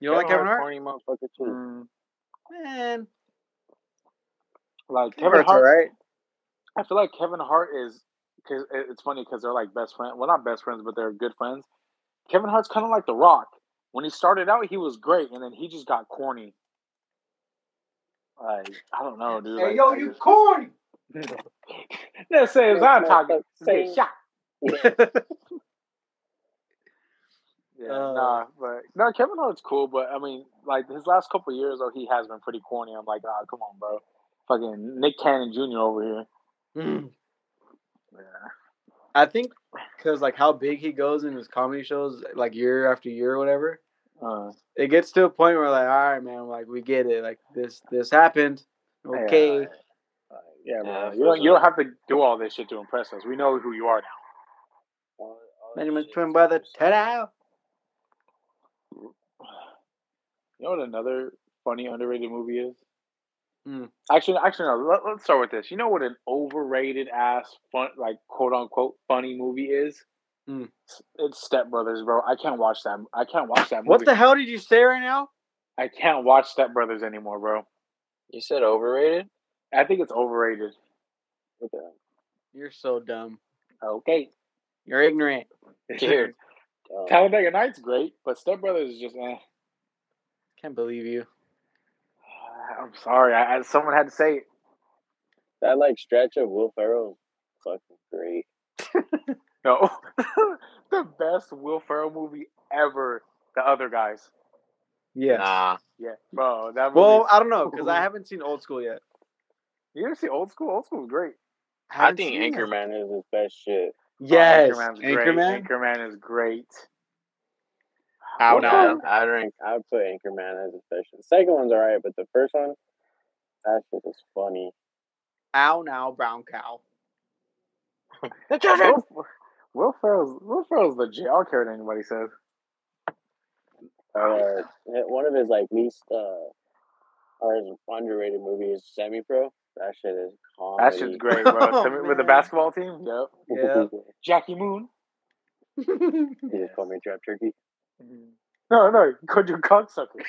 [SPEAKER 2] You don't like Kevin Hart?
[SPEAKER 3] Corny motherfucker.
[SPEAKER 4] Fuck it too.
[SPEAKER 1] Mm,
[SPEAKER 2] Man,
[SPEAKER 1] like
[SPEAKER 2] Kevin Hart's all right.
[SPEAKER 1] I feel like Kevin Hart is because it's funny because they're like best friends. Well, not best friends, but they're good friends. Kevin Hart's kind of like The Rock. When he started out, he was great, and then he just got corny. Like I don't know, dude. like, I just-
[SPEAKER 2] corny.
[SPEAKER 1] Let's say as I'm talking. Get
[SPEAKER 4] Say-
[SPEAKER 1] shot. Yeah,
[SPEAKER 2] Uh,
[SPEAKER 1] nah, but no, Kevin Hart's cool, but I mean, like his last couple years, though, he has been pretty corny. I'm like, ah, come on, bro, fucking Nick Cannon Jr. over here.
[SPEAKER 2] I think because like how big he goes in his comedy shows, like year after year or whatever,
[SPEAKER 1] Uh,
[SPEAKER 2] it gets to a point where like, all right, man, like we get it. Like this, this happened. Okay,
[SPEAKER 1] Yeah. yeah,
[SPEAKER 3] Yeah,
[SPEAKER 1] bro.
[SPEAKER 3] for
[SPEAKER 1] You don't, you
[SPEAKER 3] sure.
[SPEAKER 1] don't have to do all this shit to impress us. We know who you are now.
[SPEAKER 4] All- all
[SPEAKER 2] Benjamin
[SPEAKER 4] shit's
[SPEAKER 2] Twin Brother,
[SPEAKER 4] just-
[SPEAKER 2] ta
[SPEAKER 1] You know what another funny underrated movie is?
[SPEAKER 2] Hmm.
[SPEAKER 1] Actually, actually, no. Let, let's start with this. You know what an overrated ass fun, like quote unquote funny movie is?
[SPEAKER 2] Hmm.
[SPEAKER 1] S- It's Step Brothers, bro. I can't watch that. I can't watch that movie.
[SPEAKER 2] What the hell did you say right now?
[SPEAKER 1] I can't watch Step Brothers anymore, bro.
[SPEAKER 3] You said overrated?
[SPEAKER 1] I think it's overrated.
[SPEAKER 4] What the hell?
[SPEAKER 2] You're so dumb.
[SPEAKER 1] Okay,
[SPEAKER 2] You're ignorant.
[SPEAKER 3] Dude.
[SPEAKER 4] Dumb.
[SPEAKER 1] Talladega Nights great, but Step Brothers is just. Eh.
[SPEAKER 2] Can't believe you.
[SPEAKER 1] I'm sorry. I, I, someone had to say it.
[SPEAKER 4] That like stretch of Will Ferrell, fucking great.
[SPEAKER 1] No, the best Will Ferrell movie ever. The other guys.
[SPEAKER 2] Yes.
[SPEAKER 3] Nah.
[SPEAKER 1] Yeah, bro. That movie.
[SPEAKER 2] Well, I don't know because I haven't seen Old School yet.
[SPEAKER 1] you ever see Old School? Old School was great.
[SPEAKER 3] I,
[SPEAKER 2] haven't
[SPEAKER 3] think
[SPEAKER 2] seen it.
[SPEAKER 3] Anchorman.
[SPEAKER 4] Anchorman is his best shit.
[SPEAKER 2] Yes,
[SPEAKER 1] Oh, Anchorman's
[SPEAKER 2] Anchorman.
[SPEAKER 1] great. Anchorman is great.
[SPEAKER 3] How
[SPEAKER 1] What
[SPEAKER 3] now?
[SPEAKER 1] the-
[SPEAKER 3] I drink.
[SPEAKER 4] I would put Anchorman as his best shit. The second one's alright, but the first one, that shit is funny.
[SPEAKER 2] Ow now, brown cow.
[SPEAKER 1] Will, Will Ferrell's Will Ferrell's the J. I don't care what anybody says.
[SPEAKER 4] Uh, one of his like least uh, or his underrated movies, Semi Pro. That shit is comedy.
[SPEAKER 1] That shit's great, bro.
[SPEAKER 2] Oh,
[SPEAKER 1] Some- with the
[SPEAKER 2] man.
[SPEAKER 1] basketball team. Yep.
[SPEAKER 2] Yeah.
[SPEAKER 1] Jackie Moon.
[SPEAKER 4] He just called me trap turkey.
[SPEAKER 1] Mm-hmm. No, no, called you cocksucker.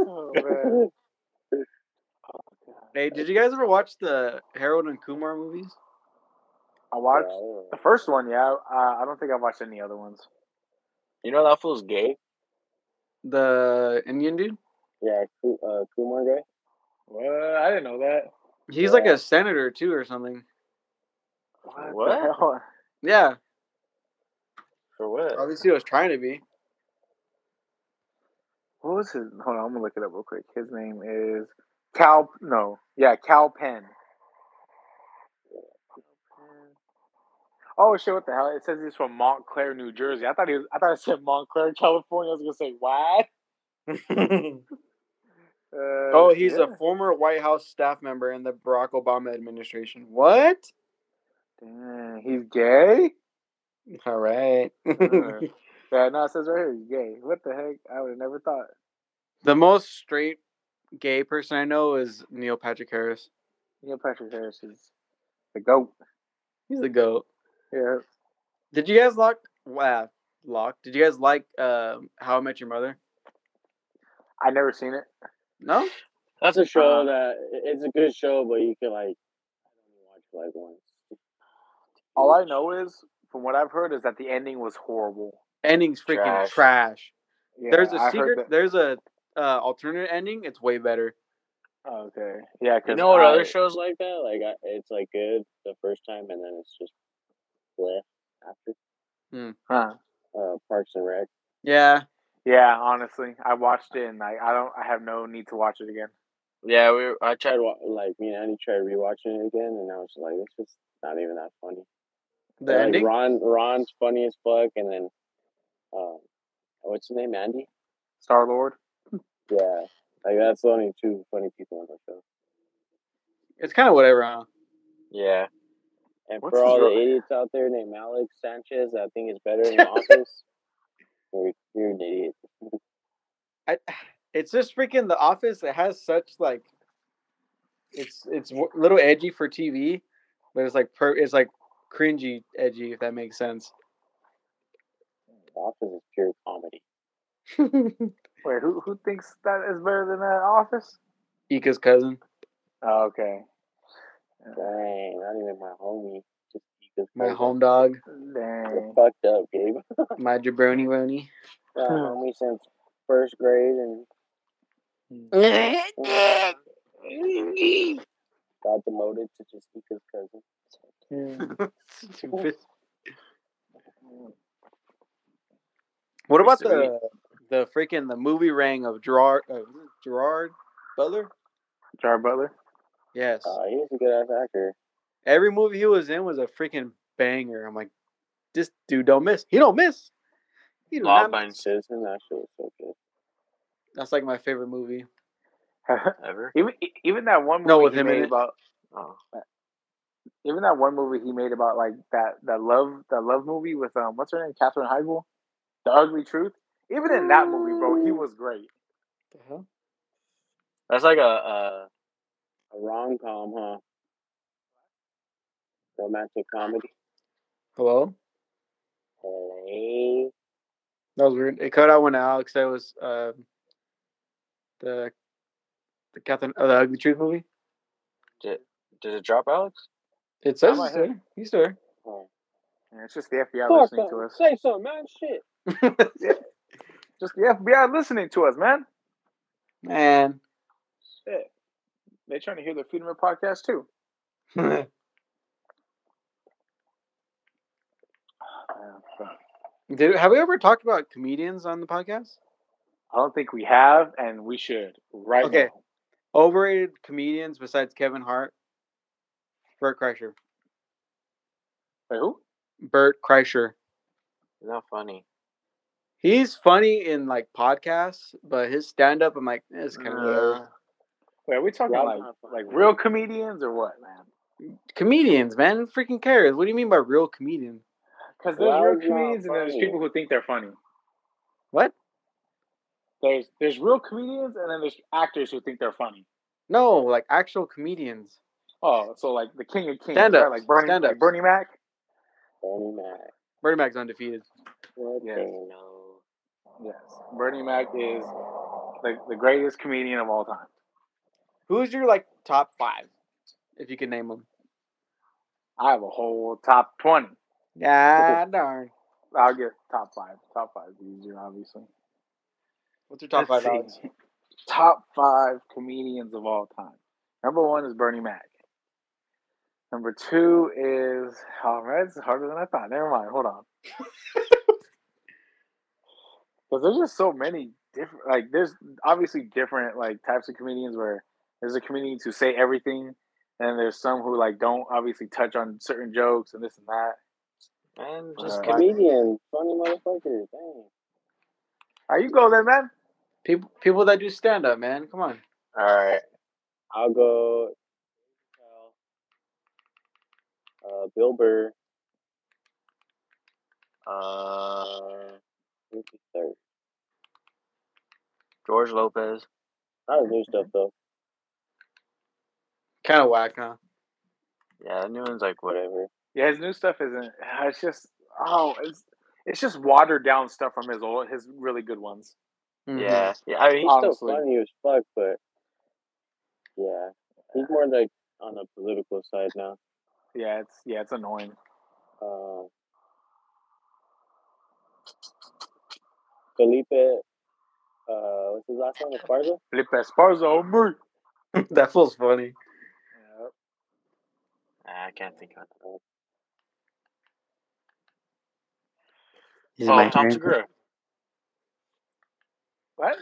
[SPEAKER 1] oh man.
[SPEAKER 2] hey, did you guys ever watch the Harold and Kumar movies?
[SPEAKER 1] I
[SPEAKER 4] Yeah, I
[SPEAKER 1] watched
[SPEAKER 4] don't
[SPEAKER 1] the
[SPEAKER 4] know.
[SPEAKER 1] first one. Yeah, uh, I don't think I've watched any other ones.
[SPEAKER 3] You know that fool's gay?
[SPEAKER 2] The Indian dude.
[SPEAKER 4] Yeah, Ku- uh, Kumar guy.
[SPEAKER 1] Well, I didn't know that.
[SPEAKER 2] He's like a senator too, or something.
[SPEAKER 1] What?
[SPEAKER 3] What?
[SPEAKER 1] The hell?
[SPEAKER 2] Yeah,
[SPEAKER 3] For what?
[SPEAKER 2] at least he was trying to be.
[SPEAKER 1] What was his? Hold on, I'm gonna look it up real quick. His name is Cal. No, yeah, Cal Penn. Oh shit! What the hell? It says he's from Montclair, New Jersey. I thought he was. I thought it said Montclair, California. I was gonna say what? Uh,
[SPEAKER 2] oh, he's
[SPEAKER 1] yeah.
[SPEAKER 2] a former White House staff member in the Barack Obama administration. What?
[SPEAKER 1] Dang, he's gay.
[SPEAKER 2] All right.
[SPEAKER 1] Uh. Yeah, no, it says right here he's gay. What the heck? I would have never thought.
[SPEAKER 2] the most straight gay person I know is Neil Patrick Harris.
[SPEAKER 1] Neil Patrick Harris is the goat.
[SPEAKER 2] He's the goat.
[SPEAKER 1] Yeah.
[SPEAKER 2] Did you guys lock? Wow, lock. Did you guys like um How I Met Your Mother?
[SPEAKER 1] I never seen it.
[SPEAKER 2] No.
[SPEAKER 3] That's
[SPEAKER 4] It's a show that it's a good show, but you can like watch like once.
[SPEAKER 1] All I know is, from what I've heard, is that the ending was horrible.
[SPEAKER 2] Ending's freaking trash.
[SPEAKER 3] Trash.
[SPEAKER 1] Yeah,
[SPEAKER 2] there's a
[SPEAKER 1] I heard
[SPEAKER 2] secret.
[SPEAKER 1] that-
[SPEAKER 2] There's a uh, alternate ending. It's way better.
[SPEAKER 1] Oh, Okay. Yeah, because
[SPEAKER 3] You know what
[SPEAKER 4] I-
[SPEAKER 3] other shows like?
[SPEAKER 4] Like that, like I, it's like good the first time, and then it's just bleh after.
[SPEAKER 1] Huh.
[SPEAKER 4] Uh, Parks and Rec.
[SPEAKER 2] Yeah.
[SPEAKER 1] Yeah, honestly, I watched it and I, I don't. I have no need to watch it again.
[SPEAKER 3] Yeah, we. I
[SPEAKER 4] Tried
[SPEAKER 3] tried.
[SPEAKER 4] wa- like me and Andy tried rewatching it again, and I was like, it's just not even that funny.
[SPEAKER 2] The
[SPEAKER 4] like
[SPEAKER 2] ending.
[SPEAKER 4] Ron, Ron's funny as fuck, and then um, what's his name, Andy?
[SPEAKER 1] Star Lord.
[SPEAKER 4] Yeah, like that's the only two funny people on the show.
[SPEAKER 2] It's kind of whatever. Huh?
[SPEAKER 3] Yeah.
[SPEAKER 4] And
[SPEAKER 1] What's
[SPEAKER 4] for
[SPEAKER 1] his
[SPEAKER 4] all
[SPEAKER 1] real-
[SPEAKER 4] the idiots out there named Alex Sanchez, I think is better in the office. You're, you're an idiot.
[SPEAKER 2] I, it's just freaking The Office. It has such like, it's it's w- little edgy for TV, but it's like per, it's like cringy edgy if that makes sense.
[SPEAKER 4] The office is pure comedy.
[SPEAKER 1] Wait, who who thinks that is better than that Office?
[SPEAKER 2] Ika's cousin,
[SPEAKER 1] Oh, okay.
[SPEAKER 4] Dang, not even my homie. Just because
[SPEAKER 2] my home dog,
[SPEAKER 1] Dang.
[SPEAKER 4] fucked up, Gabe.
[SPEAKER 2] my jabroni roni.
[SPEAKER 4] My homie since first grade and got demoted to just Ika's cousin.
[SPEAKER 1] Hmm.
[SPEAKER 2] Stupid. What about the the freaking the movie rang of Gerard uh, Gerard Butler?
[SPEAKER 1] Gerard Butler.
[SPEAKER 2] Yes.
[SPEAKER 4] Uh, he's a good ass actor.
[SPEAKER 2] Every movie he was in was a freaking banger. I'm like, this dude don't miss. He don't miss. He do
[SPEAKER 3] Law
[SPEAKER 2] not
[SPEAKER 3] Abiding
[SPEAKER 2] miss.
[SPEAKER 4] Citizen actually was so good.
[SPEAKER 2] That's like my favorite movie.
[SPEAKER 3] Ever?
[SPEAKER 1] even e, even that one movie
[SPEAKER 2] No, with
[SPEAKER 1] he
[SPEAKER 2] him in
[SPEAKER 1] made
[SPEAKER 2] it.
[SPEAKER 1] about
[SPEAKER 3] Oh.
[SPEAKER 1] even that one movie he made about like that that love that love movie with um what's her name Catherine Heigl, The Ugly Truth. Even in that movie, bro, he was great.
[SPEAKER 2] The hell?
[SPEAKER 3] That's like a. Uh,
[SPEAKER 4] A rom com, huh? Romantic comedy.
[SPEAKER 2] Hello?
[SPEAKER 4] Hey.
[SPEAKER 2] That was weird. It cut out when Alex said it was uh, the the Captain uh, the Ugly Truth movie.
[SPEAKER 3] did, did it drop, Alex?
[SPEAKER 2] It says
[SPEAKER 1] Oh,
[SPEAKER 2] he's
[SPEAKER 1] my
[SPEAKER 2] there. He's there.
[SPEAKER 4] Oh,
[SPEAKER 1] And it's just the FBI
[SPEAKER 4] fuck,
[SPEAKER 1] listening to
[SPEAKER 3] uh,
[SPEAKER 4] man.
[SPEAKER 1] us.
[SPEAKER 4] Say something, man. Shit.
[SPEAKER 1] Just the FBI listening to us, man.
[SPEAKER 2] Man.
[SPEAKER 1] Shit. They're trying to hear the Freedom of podcast too.
[SPEAKER 2] Did have we ever talked about comedians on the podcast?
[SPEAKER 1] I don't think we have, and we should right
[SPEAKER 2] Okay.
[SPEAKER 1] now.
[SPEAKER 2] Overrated comedians besides Kevin Hart. Bert Kreischer.
[SPEAKER 1] Wait, who?
[SPEAKER 2] Bert Kreischer.
[SPEAKER 3] It's not funny.
[SPEAKER 2] He's funny in like podcasts, but his stand up I'm like, eh, it's kind of
[SPEAKER 1] Uh, Wait, are we talking
[SPEAKER 4] Rob's
[SPEAKER 1] like
[SPEAKER 4] not funny.
[SPEAKER 1] like real comedians or what, man?
[SPEAKER 2] comedians, man. Who freaking cares? What do you mean by real comedian?
[SPEAKER 1] Because there's
[SPEAKER 4] Rob's
[SPEAKER 1] real
[SPEAKER 4] not
[SPEAKER 1] comedians and there's
[SPEAKER 4] funny.
[SPEAKER 1] people who think they're funny.
[SPEAKER 2] What?
[SPEAKER 1] There's there's real comedians and then there's actors who think they're funny.
[SPEAKER 2] No, like actual comedians.
[SPEAKER 1] Oh, so like the King of Kings,
[SPEAKER 2] Stand-ups.
[SPEAKER 1] right? Like Bernie,
[SPEAKER 2] Stand-ups.
[SPEAKER 1] like Bernie Mac.
[SPEAKER 4] Bernie Mac.
[SPEAKER 2] Bernie Mac's undefeated.
[SPEAKER 4] What
[SPEAKER 1] Yes.
[SPEAKER 4] they know.
[SPEAKER 1] Yes, Bernie Mac is the the greatest comedian of all time.
[SPEAKER 2] Who's your like top five, if you can name them?
[SPEAKER 1] I have a whole top twenty.
[SPEAKER 2] Yeah, darn.
[SPEAKER 1] I'll get top five. Top five is easier, obviously.
[SPEAKER 2] What's your top
[SPEAKER 1] Let's
[SPEAKER 2] five?
[SPEAKER 1] see.
[SPEAKER 2] Alex?
[SPEAKER 1] Top five comedians of all time. Number one is Bernie Mac. Number two is all right. It's harder than I thought. Never mind. Hold on. Because there's just so many different. Like there's obviously different like types of comedians where there's a comedians who say everything, and there's some who like don't obviously touch on certain jokes and this and that.
[SPEAKER 3] Man, just
[SPEAKER 1] Uh,
[SPEAKER 3] com-
[SPEAKER 4] Comedian. Funny motherfucker. Dang.
[SPEAKER 1] Are you go there, man?
[SPEAKER 2] People, people that do stand up, man. Come on.
[SPEAKER 3] All right.
[SPEAKER 4] I'll go. Uh, Bill Burr.
[SPEAKER 3] Uh,
[SPEAKER 4] Uh, who's the third?
[SPEAKER 3] George Lopez.
[SPEAKER 4] Not
[SPEAKER 3] Mm-hmm.
[SPEAKER 4] new stuff though.
[SPEAKER 2] Kind of whack, huh?
[SPEAKER 3] Yeah, that new one's like what?
[SPEAKER 4] Whatever.
[SPEAKER 1] Yeah, his new stuff isn't. uh, It's just oh, it's it's just watered down stuff from his old his really good ones.
[SPEAKER 2] Mm-hmm.
[SPEAKER 3] Yeah, yeah. I mean, he's
[SPEAKER 4] Still
[SPEAKER 1] Honestly.
[SPEAKER 4] funny as fuck, but yeah, he's more like on the political side now.
[SPEAKER 1] Yeah, it's yeah, it's annoying.
[SPEAKER 4] Um, Felipe. Uh, what's his last name? Esparza.
[SPEAKER 1] Felipe Esparza, oh, homie.
[SPEAKER 2] that feels funny.
[SPEAKER 1] Yep.
[SPEAKER 3] Ah, I can't think of it.
[SPEAKER 2] He's
[SPEAKER 3] Oh, Tom Segura.
[SPEAKER 1] What?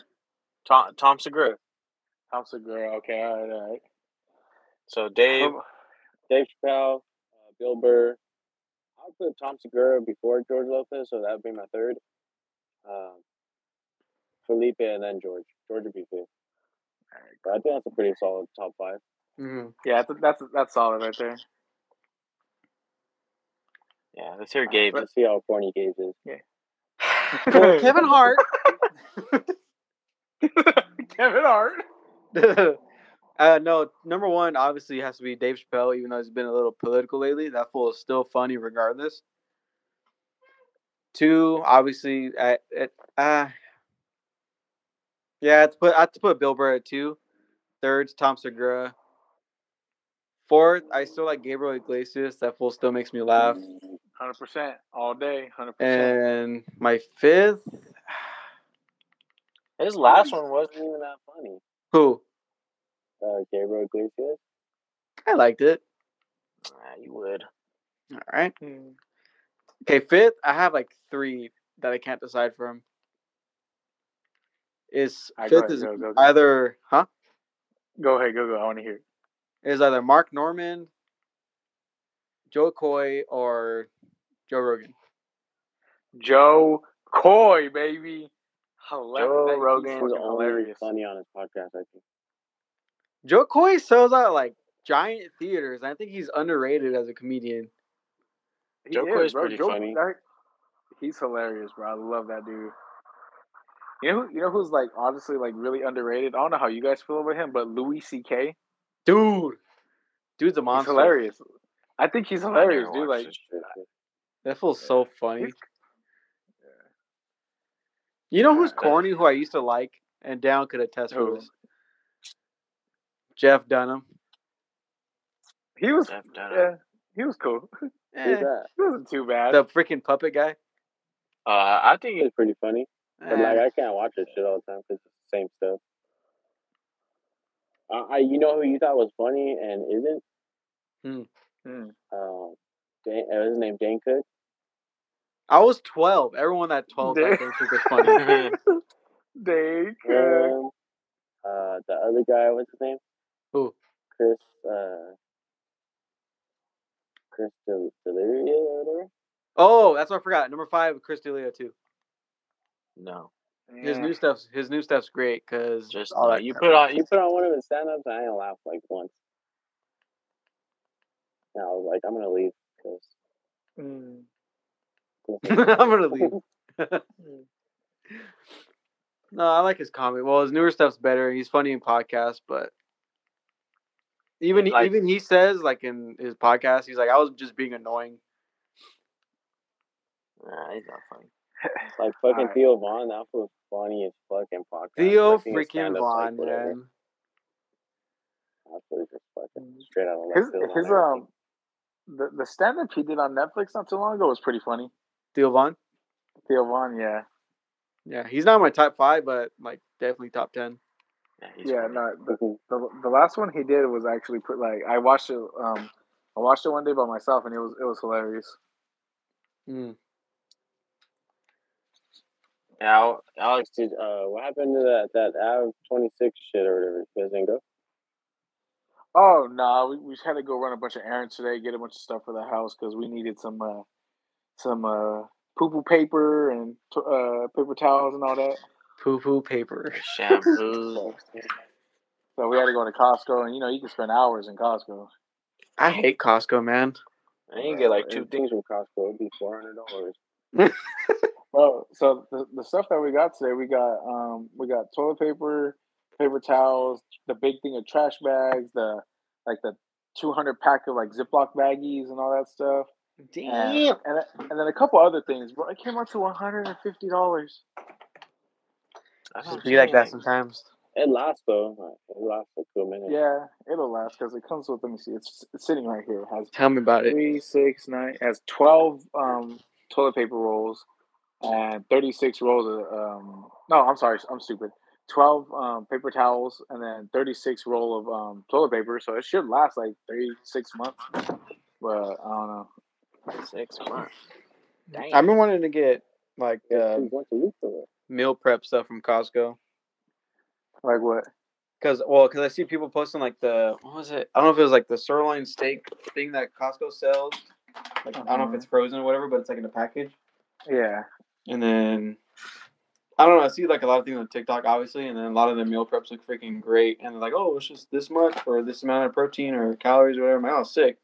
[SPEAKER 3] Tom Tom Segura.
[SPEAKER 1] Tom Segura. Okay, all right, all right.
[SPEAKER 3] So Dave.
[SPEAKER 1] Um,
[SPEAKER 4] Dave Chappelle. Uh, Bill Burr. I'll put Tom Segura before George Lopez, so that'd be my third. Um, Felipe and then George. George would be fifth. But I think that's a pretty solid top five.
[SPEAKER 2] hmm
[SPEAKER 1] yeah, that's that's, that's solid right there.
[SPEAKER 3] Yeah, let's hear Gabe.
[SPEAKER 4] Let's see how corny Gage is.
[SPEAKER 2] Kevin Hart.
[SPEAKER 1] Kevin Hart.
[SPEAKER 2] uh, no, number one obviously has to be Dave Chappelle, even though he's been a little political lately. That fool is still funny regardless. Two, obviously, I, it, uh, yeah, I have to put I have to put Bill Burr at two. Third, Tom Segura. Fourth, I still like Gabriel Iglesias. That fool still makes me laugh.
[SPEAKER 1] Hundred percent all day. Hundred percent.
[SPEAKER 2] And my fifth,
[SPEAKER 3] His last one was
[SPEAKER 4] wasn't even that funny.
[SPEAKER 2] who
[SPEAKER 4] Uh, Gabriel Iglesias.
[SPEAKER 2] I liked it.
[SPEAKER 3] Ah, you would.
[SPEAKER 2] All right.
[SPEAKER 1] Mm.
[SPEAKER 2] Okay, fifth, I have like three that I can't decide from. Is
[SPEAKER 1] All right, go
[SPEAKER 2] fifth
[SPEAKER 1] ahead,
[SPEAKER 2] is
[SPEAKER 1] go, go, go.
[SPEAKER 2] either huh?
[SPEAKER 1] Go ahead, go go. I want to hear. it.
[SPEAKER 2] is either Mark Norman, Joe Coy, or Joe Rogan.
[SPEAKER 1] Joe Coy, baby. Hilarious.
[SPEAKER 3] Joe
[SPEAKER 1] That- he's
[SPEAKER 3] Rogan.
[SPEAKER 1] fucking
[SPEAKER 4] He's the only
[SPEAKER 1] hilarious.
[SPEAKER 4] funny on his podcast, I think.
[SPEAKER 2] Joe Coy sells out like giant theaters. and I think he's underrated as a comedian.
[SPEAKER 1] He
[SPEAKER 3] Joe Coy's pretty funny.
[SPEAKER 1] that- he's hilarious, bro. I love that dude. You know, you know who's like honestly like really underrated. I don't know how you guys feel about him, but Louis C.K.
[SPEAKER 2] Dude, dude's a
[SPEAKER 1] He's
[SPEAKER 2] monster.
[SPEAKER 1] hilarious. I think he's hilarious,
[SPEAKER 3] I never
[SPEAKER 1] dude.
[SPEAKER 3] watched
[SPEAKER 1] Like
[SPEAKER 3] this shit.
[SPEAKER 4] It's
[SPEAKER 2] That feels so funny.
[SPEAKER 1] He's-
[SPEAKER 2] You know who's
[SPEAKER 1] Yeah.
[SPEAKER 2] corny? Who I used to like, and Down could attest
[SPEAKER 1] Who?
[SPEAKER 2] for this. Jeff Dunham.
[SPEAKER 1] he was,
[SPEAKER 3] I've done it.
[SPEAKER 1] yeah, he was cool.
[SPEAKER 4] Who's
[SPEAKER 2] Eh,
[SPEAKER 4] that?
[SPEAKER 1] He wasn't too bad.
[SPEAKER 2] the freaking puppet guy.
[SPEAKER 3] Uh, I think
[SPEAKER 4] He's pretty funny. But like,
[SPEAKER 2] Eh.
[SPEAKER 4] I can't watch this shit all the time because it's the same stuff. I, I, you know who you thought was funny and isn't?
[SPEAKER 1] Hmm.
[SPEAKER 4] Um, Dan, uh, his name Dan Cook.
[SPEAKER 2] I was 12. Everyone at 12 I
[SPEAKER 1] Dude.
[SPEAKER 2] think was funny.
[SPEAKER 1] Dang, uh,
[SPEAKER 4] Um, uh, the other guy, what's his name?
[SPEAKER 2] Who?
[SPEAKER 4] Chris. Uh, Chris Del- Delirio or whatever.
[SPEAKER 2] Oh, that's what I forgot. Number five, Chris D'Elia too.
[SPEAKER 3] no,
[SPEAKER 2] His
[SPEAKER 1] yeah.
[SPEAKER 2] new stuff's his new stuff's great because
[SPEAKER 3] just
[SPEAKER 2] all
[SPEAKER 3] no.
[SPEAKER 2] that
[SPEAKER 3] you
[SPEAKER 2] crap.
[SPEAKER 3] put on.
[SPEAKER 4] He
[SPEAKER 3] You,
[SPEAKER 4] put on one of his stand ups and I didn't laugh like once. And I was like, I'm gonna leave because
[SPEAKER 1] Mm.
[SPEAKER 2] I'm gonna leave. no, I like his comedy. Well, his newer stuff's better. He's funny in podcasts, but even
[SPEAKER 3] Like-
[SPEAKER 2] even he says like in his podcast, he's like, I was just being annoying.
[SPEAKER 3] nah, he's not funny.
[SPEAKER 4] like fucking
[SPEAKER 1] Alright.
[SPEAKER 4] Theo Vaughn. That was funny as fucking podcast.
[SPEAKER 2] Theo
[SPEAKER 4] I've seen his
[SPEAKER 2] freaking
[SPEAKER 4] stand-ups, like,
[SPEAKER 2] Vaughn,
[SPEAKER 4] whatever.
[SPEAKER 2] man.
[SPEAKER 4] That was just fucking
[SPEAKER 1] Mm.
[SPEAKER 4] straight out of left
[SPEAKER 1] His
[SPEAKER 4] field on
[SPEAKER 1] his
[SPEAKER 4] everything.
[SPEAKER 1] um the the stand up he did on Netflix not too long ago was pretty funny.
[SPEAKER 2] Theo Vaughn.
[SPEAKER 1] Theo Von, yeah,
[SPEAKER 2] Yeah, he's not in my top five, but like definitely top ten.
[SPEAKER 3] Yeah, he's
[SPEAKER 1] yeah.
[SPEAKER 3] funny.
[SPEAKER 1] No, the, the the last one he did was actually put like I watched it. Um, I watched it one day by myself, and it was it was hilarious.
[SPEAKER 2] Mm.
[SPEAKER 3] Yeah, I'll- Alex.
[SPEAKER 4] Dude, uh, what happened to that that Av twenty six shit or whatever? You guys didn't go.
[SPEAKER 1] Oh no, we, we had to go run a bunch of errands today, get a bunch of stuff for the house because we needed some uh some uh poo poo paper and t- uh paper towels and all that.
[SPEAKER 2] Poo poo paper.
[SPEAKER 3] shampoo.
[SPEAKER 1] So we had to go to Costco, and you know you can spend hours in Costco.
[SPEAKER 2] I hate Costco, man.
[SPEAKER 3] I think you get like two
[SPEAKER 4] Two
[SPEAKER 3] things.
[SPEAKER 4] things from Costco would be four hundred dollars.
[SPEAKER 1] Well, so the, the stuff that we got today, we got um we got toilet paper, paper towels, the big thing of trash bags, the like the two hundred pack of like Ziploc baggies and all that stuff, and and, and then a couple other things. But it came out to one hundred and fifty dollars.
[SPEAKER 3] That's what
[SPEAKER 2] Just
[SPEAKER 3] I'm
[SPEAKER 2] be like that
[SPEAKER 3] saying.
[SPEAKER 2] sometimes.
[SPEAKER 4] It lasts though. Like, It lasts for two minutes.
[SPEAKER 1] Yeah, it'll last because it comes with. Let me see, it's, it's sitting right here. It has
[SPEAKER 2] Tell me about it.
[SPEAKER 1] three, six, nine. It has twelve um toilet paper rolls and thirty six rolls of um. No, I'm sorry, I'm stupid. Twelve um paper towels and then thirty six roll of um toilet paper. So it should last like thirty six months. But I don't know.
[SPEAKER 3] Six months. Dang.
[SPEAKER 2] I've been wanting to get like
[SPEAKER 4] Yeah,
[SPEAKER 2] uh,
[SPEAKER 4] two once a week for it.
[SPEAKER 2] meal prep stuff from Costco
[SPEAKER 1] Like what?
[SPEAKER 2] because well, because I see people posting like the what was it? I don't know if it was like the sirloin steak thing that Costco sells. Like I
[SPEAKER 3] Uh-huh.
[SPEAKER 2] don't know if
[SPEAKER 1] Mhm.
[SPEAKER 2] it's frozen or whatever, but it's like in a package.
[SPEAKER 1] Yeah.
[SPEAKER 2] And then I don't know. I see like a lot of things on TikTok, obviously, and then a lot of the meal preps look freaking great. And they're like, oh, it's just this much for this amount of protein or calories or whatever. I'm like, oh, sick.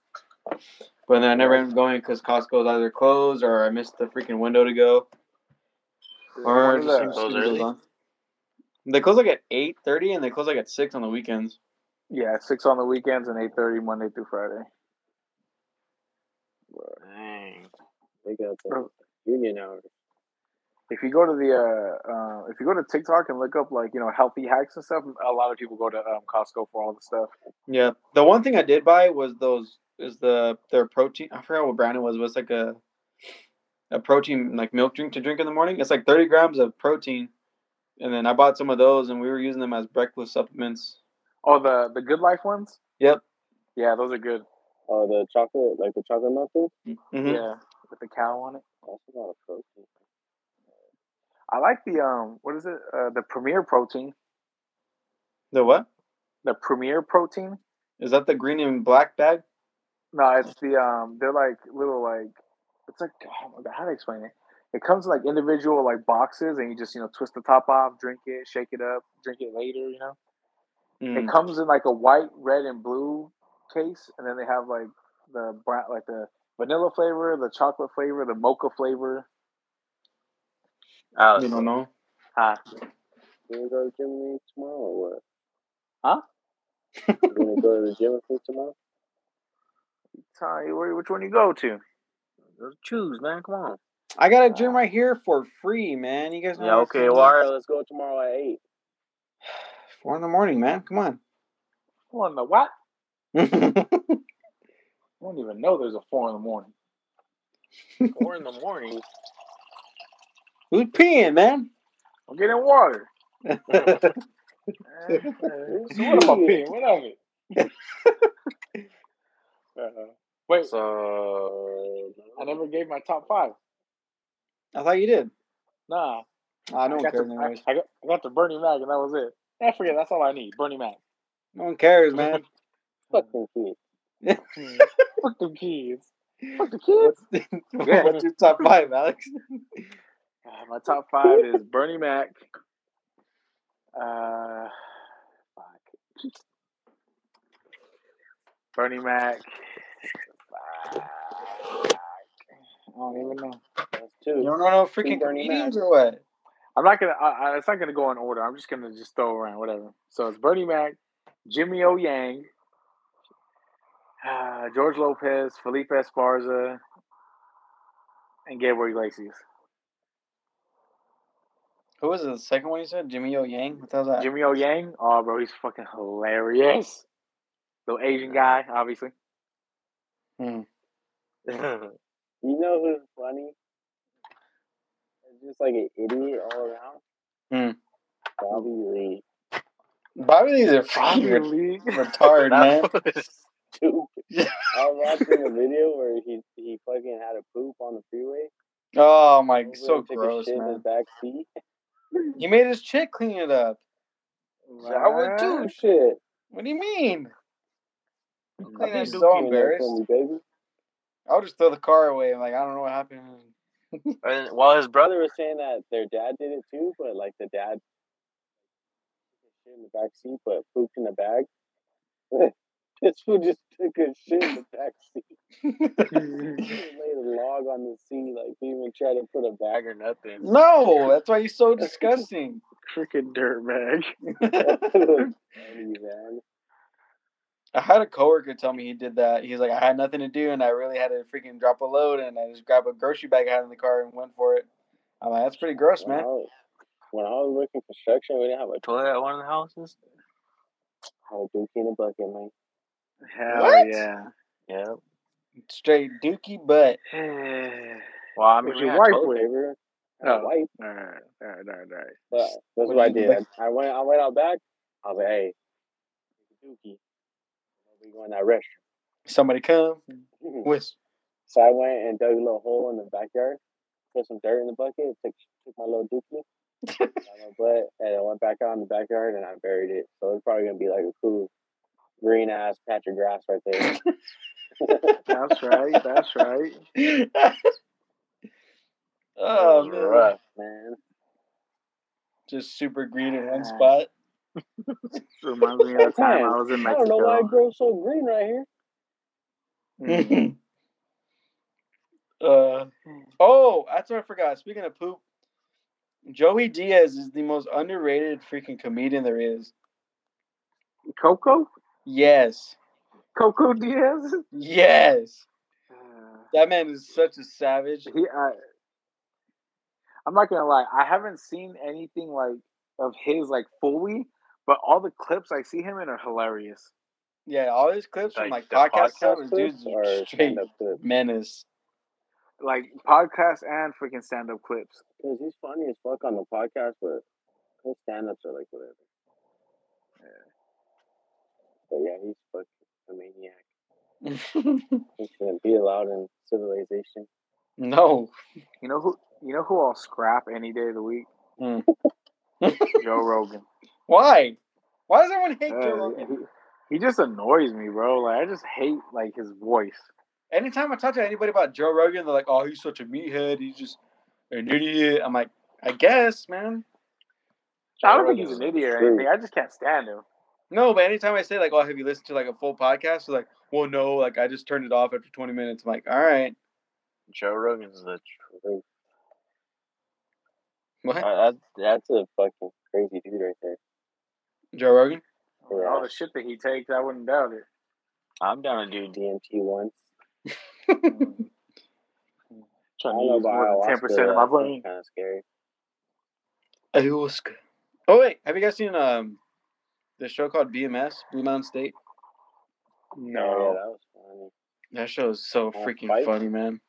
[SPEAKER 2] But then I never ended up going because Costco's either closed or I missed the freaking window to go. Or
[SPEAKER 1] What
[SPEAKER 2] just
[SPEAKER 1] is that?
[SPEAKER 2] some
[SPEAKER 3] Close
[SPEAKER 2] stupid goes
[SPEAKER 3] early?
[SPEAKER 2] on. They close like at eight thirty, and they close like at six on the weekends.
[SPEAKER 1] Yeah, six on the weekends and eight thirty Monday through Friday.
[SPEAKER 3] Dang.
[SPEAKER 4] They got the
[SPEAKER 1] Bro.
[SPEAKER 4] union hours.
[SPEAKER 1] If you go to the uh, uh if you go to TikTok and look up like you know healthy hacks and stuff, a lot of people go to um, Costco for all the stuff.
[SPEAKER 2] Yeah, the one thing I did buy was those is the their protein. I forgot what brand it was. But it's like a a protein like milk drink to drink in the morning. It's like thirty grams of protein, and then I bought some of those, and we were using them as breakfast supplements.
[SPEAKER 1] Oh, the the good life ones.
[SPEAKER 2] Yep.
[SPEAKER 1] Yeah, those are good.
[SPEAKER 4] Oh, the chocolate, like the chocolate muffins.
[SPEAKER 2] Mhm.
[SPEAKER 1] Yeah, with the cow on it.
[SPEAKER 4] That's a lot of protein.
[SPEAKER 1] I like the um, what is it? Uh, the Premier protein.
[SPEAKER 2] The what?
[SPEAKER 1] The Premier protein.
[SPEAKER 2] Is that the green and black bag?
[SPEAKER 1] No, it's the um. They're like little like. It's like oh my God, how do I explain it? It comes in like individual like boxes, and you just you know twist the top off, drink it, shake it up, drink it later. You know,
[SPEAKER 2] Mm.
[SPEAKER 1] it comes in like a white, red, and blue case, and then they have like the brown, like the vanilla flavor, the chocolate flavor, the mocha flavor.
[SPEAKER 3] Oh,
[SPEAKER 2] You
[SPEAKER 3] so
[SPEAKER 2] don't know.
[SPEAKER 1] Ah,
[SPEAKER 4] You gonna go to the gym with me tomorrow or what?
[SPEAKER 1] Huh?
[SPEAKER 4] you gonna go to the gym with me tomorrow?
[SPEAKER 1] tell you where- which one you go to.
[SPEAKER 3] choose, man. Come on.
[SPEAKER 2] I got a gym right here for free, man. You guys know.
[SPEAKER 3] Yeah,
[SPEAKER 2] how I
[SPEAKER 3] okay,
[SPEAKER 2] feel.
[SPEAKER 3] well,
[SPEAKER 4] Alright, let's go tomorrow at eight.
[SPEAKER 2] Four in the morning, man. Come on.
[SPEAKER 1] Four in the what?
[SPEAKER 2] That's
[SPEAKER 1] I don't even know there's a four in the morning.
[SPEAKER 3] Four in the morning.
[SPEAKER 2] Who's peeing, man?
[SPEAKER 1] I'm getting water. Eh, so what am I peeing? What of it? Uh-huh. Wait,
[SPEAKER 3] So
[SPEAKER 1] I never gave my top five.
[SPEAKER 2] I thought you did.
[SPEAKER 1] Nah,
[SPEAKER 2] I don't
[SPEAKER 1] got
[SPEAKER 2] care.
[SPEAKER 1] the,
[SPEAKER 2] anyways.
[SPEAKER 1] I, I got, I got the Bernie Mac, and that was it. I forget. That's all I need. Bernie Mac.
[SPEAKER 2] No one cares, man.
[SPEAKER 4] Fucking kid.
[SPEAKER 3] Hmm.
[SPEAKER 1] Fuck them kids. Fuck the kids.
[SPEAKER 2] What's, what's your top five, Alex?
[SPEAKER 1] Uh, my top five is Bernie Mac. Uh, fuck. Bernie Mac. Fuck. I don't even know.
[SPEAKER 4] That's
[SPEAKER 2] You
[SPEAKER 4] two.
[SPEAKER 2] don't know no freaking
[SPEAKER 4] Bernie
[SPEAKER 2] comedians
[SPEAKER 4] Mac.
[SPEAKER 2] or what?
[SPEAKER 1] I'm not gonna. I, I, it's not gonna go in order. I'm just gonna just throw around whatever. So it's Bernie Mac, Jimmy O Yang, uh, George Lopez, Felipe Esparza, and Gabriel Iglesias.
[SPEAKER 2] Who was it, the second one you said? Jimmy O Yang? What the hell's that?
[SPEAKER 1] Jimmy O Yang. Oh, bro, he's fucking hilarious. Little Asian guy, obviously.
[SPEAKER 2] Hmm.
[SPEAKER 4] You know who's funny? It's just like an idiot all around.
[SPEAKER 2] Hmm.
[SPEAKER 4] Bobby Lee.
[SPEAKER 2] Bobby Lee's a
[SPEAKER 1] Bobby
[SPEAKER 2] fucking
[SPEAKER 1] Lee.
[SPEAKER 2] retard, man.
[SPEAKER 3] that was
[SPEAKER 4] Dude. I was watching a video where he he fucking had a poop on the freeway.
[SPEAKER 2] Oh my,
[SPEAKER 4] Over
[SPEAKER 2] so
[SPEAKER 4] and took a
[SPEAKER 2] gross,
[SPEAKER 4] shit In
[SPEAKER 2] man.
[SPEAKER 4] his back seat.
[SPEAKER 2] He made his chick clean it up. I would too.
[SPEAKER 4] Oh shit.
[SPEAKER 2] What do you mean?
[SPEAKER 1] Right.
[SPEAKER 2] Clean that
[SPEAKER 3] do
[SPEAKER 2] so
[SPEAKER 4] You know,
[SPEAKER 2] embarrassed.
[SPEAKER 4] from the baby.
[SPEAKER 2] I'll just throw the car away. Like I don't know what happened.
[SPEAKER 3] and while his brother
[SPEAKER 4] brother was saying that their dad did it too, but like the dad shit in the back seat, but pooped in the bag. this fool just took a shit in the back seat. He laid a log on the seat, like he even tried to put a bag or nothing.
[SPEAKER 1] Mm.
[SPEAKER 2] No, that's why he's so disgusting.
[SPEAKER 1] Freaking dirtbag.
[SPEAKER 4] Funny, man.
[SPEAKER 2] I had a coworker tell me he did that. He's like, I had nothing to do, and I really had to freaking drop a load, and I just grabbed a grocery bag I had in the car and went for it. I'm like, that's pretty gross,
[SPEAKER 4] When I,
[SPEAKER 2] man.
[SPEAKER 4] was, when I was working construction, we didn't have a
[SPEAKER 3] toilet at one of the houses.
[SPEAKER 4] had a dookie in a bucket, man.
[SPEAKER 1] Hell
[SPEAKER 2] What?
[SPEAKER 1] yeah.
[SPEAKER 3] Yeah.
[SPEAKER 2] Straight dookie butt.
[SPEAKER 3] Well, I
[SPEAKER 1] With
[SPEAKER 3] mean, we
[SPEAKER 1] your
[SPEAKER 3] had
[SPEAKER 1] wife
[SPEAKER 4] Toilet
[SPEAKER 1] with.
[SPEAKER 4] paper, and a
[SPEAKER 1] Oh.
[SPEAKER 4] wipe.
[SPEAKER 1] All right, all right, all right, all right.
[SPEAKER 4] But that's
[SPEAKER 2] What
[SPEAKER 4] what,
[SPEAKER 2] do
[SPEAKER 4] I
[SPEAKER 2] you do,
[SPEAKER 4] did.
[SPEAKER 2] like-
[SPEAKER 4] I went. I went out back. I was like, "Hey, dookie, we going to that restroom."
[SPEAKER 2] Somebody come. Whisk.
[SPEAKER 4] So I went and dug a little hole in the backyard, put some dirt in the bucket, took, took my little dookie, out my butt, and I went back out in the backyard and I buried it. So it's probably gonna be like a cool green ass patch of grass right there.
[SPEAKER 1] That's right, that's right.
[SPEAKER 2] oh man,
[SPEAKER 4] rough, man.
[SPEAKER 2] just super green in one
[SPEAKER 1] Yeah.
[SPEAKER 2] spot.
[SPEAKER 1] Reminds me of the time I was in
[SPEAKER 4] I don't know why it
[SPEAKER 1] Mexico.
[SPEAKER 4] grows so green right here.
[SPEAKER 1] Mm.
[SPEAKER 2] uh, oh, that's what I forgot. Speaking of poop, Joey Diaz is the most underrated freaking comedian there is.
[SPEAKER 1] Coco?
[SPEAKER 2] Yes,
[SPEAKER 1] Coco Diaz?
[SPEAKER 2] yes,
[SPEAKER 1] Uh,
[SPEAKER 2] that man is such a savage.
[SPEAKER 1] he I, I'm not gonna lie, I haven't seen anything like of his like fully, but all the clips I see him in are hilarious.
[SPEAKER 2] Yeah, all his clips from like
[SPEAKER 3] Like the
[SPEAKER 2] podcast stuff
[SPEAKER 4] Podcast
[SPEAKER 2] is
[SPEAKER 4] clips
[SPEAKER 2] dude's
[SPEAKER 4] or
[SPEAKER 2] straight
[SPEAKER 4] stand up clips?
[SPEAKER 2] menace.
[SPEAKER 1] Like podcasts and freaking stand up clips.
[SPEAKER 4] Because he's funny as fuck on the podcast, but his stand ups are like whatever. But yeah, he's fucking a maniac. He shouldn't be allowed in civilization.
[SPEAKER 2] no,
[SPEAKER 1] You know who you know who I'll scrap any day of the week?
[SPEAKER 2] Mm.
[SPEAKER 1] Joe Rogan.
[SPEAKER 2] why? Why does everyone hate
[SPEAKER 1] Uh,
[SPEAKER 2] Joe Rogan?
[SPEAKER 1] he- He just annoys me, bro. Like I just hate like his voice.
[SPEAKER 2] Anytime I talk to anybody about Joe Rogan, they're like, "Oh, he's such a meathead. He's just an idiot." I'm like, I guess, man.
[SPEAKER 1] I don't think he's an idiot or anything. I just can't stand him.
[SPEAKER 2] No, but anytime I say like, "Oh, have you listened to like a full podcast?" They're like, "Well, no. Like, I just turned it off after 20 minutes." I'm like, "All right,
[SPEAKER 3] Joe Rogan's the truth.
[SPEAKER 2] what?
[SPEAKER 4] Uh, that's that's a fucking crazy dude right there.
[SPEAKER 2] Joe Rogan?
[SPEAKER 1] With All the shit that he takes, I wouldn't doubt it.
[SPEAKER 3] I'm down to do
[SPEAKER 4] Do DMT once. I
[SPEAKER 1] Trying
[SPEAKER 4] don't
[SPEAKER 1] to
[SPEAKER 4] know
[SPEAKER 1] use
[SPEAKER 4] about
[SPEAKER 1] more than
[SPEAKER 4] ayahuasca,
[SPEAKER 1] ten percent of my
[SPEAKER 4] that sounds
[SPEAKER 1] brain.
[SPEAKER 4] Kind of scary.
[SPEAKER 2] Ayahuasca. Oh wait, have you guys seen um this show called BMS Blue Mountain State?
[SPEAKER 4] Oh, Yeah,
[SPEAKER 1] No,
[SPEAKER 4] that was funny.
[SPEAKER 2] That show is so
[SPEAKER 4] Oh,
[SPEAKER 2] freaking
[SPEAKER 4] fights?
[SPEAKER 2] funny, man.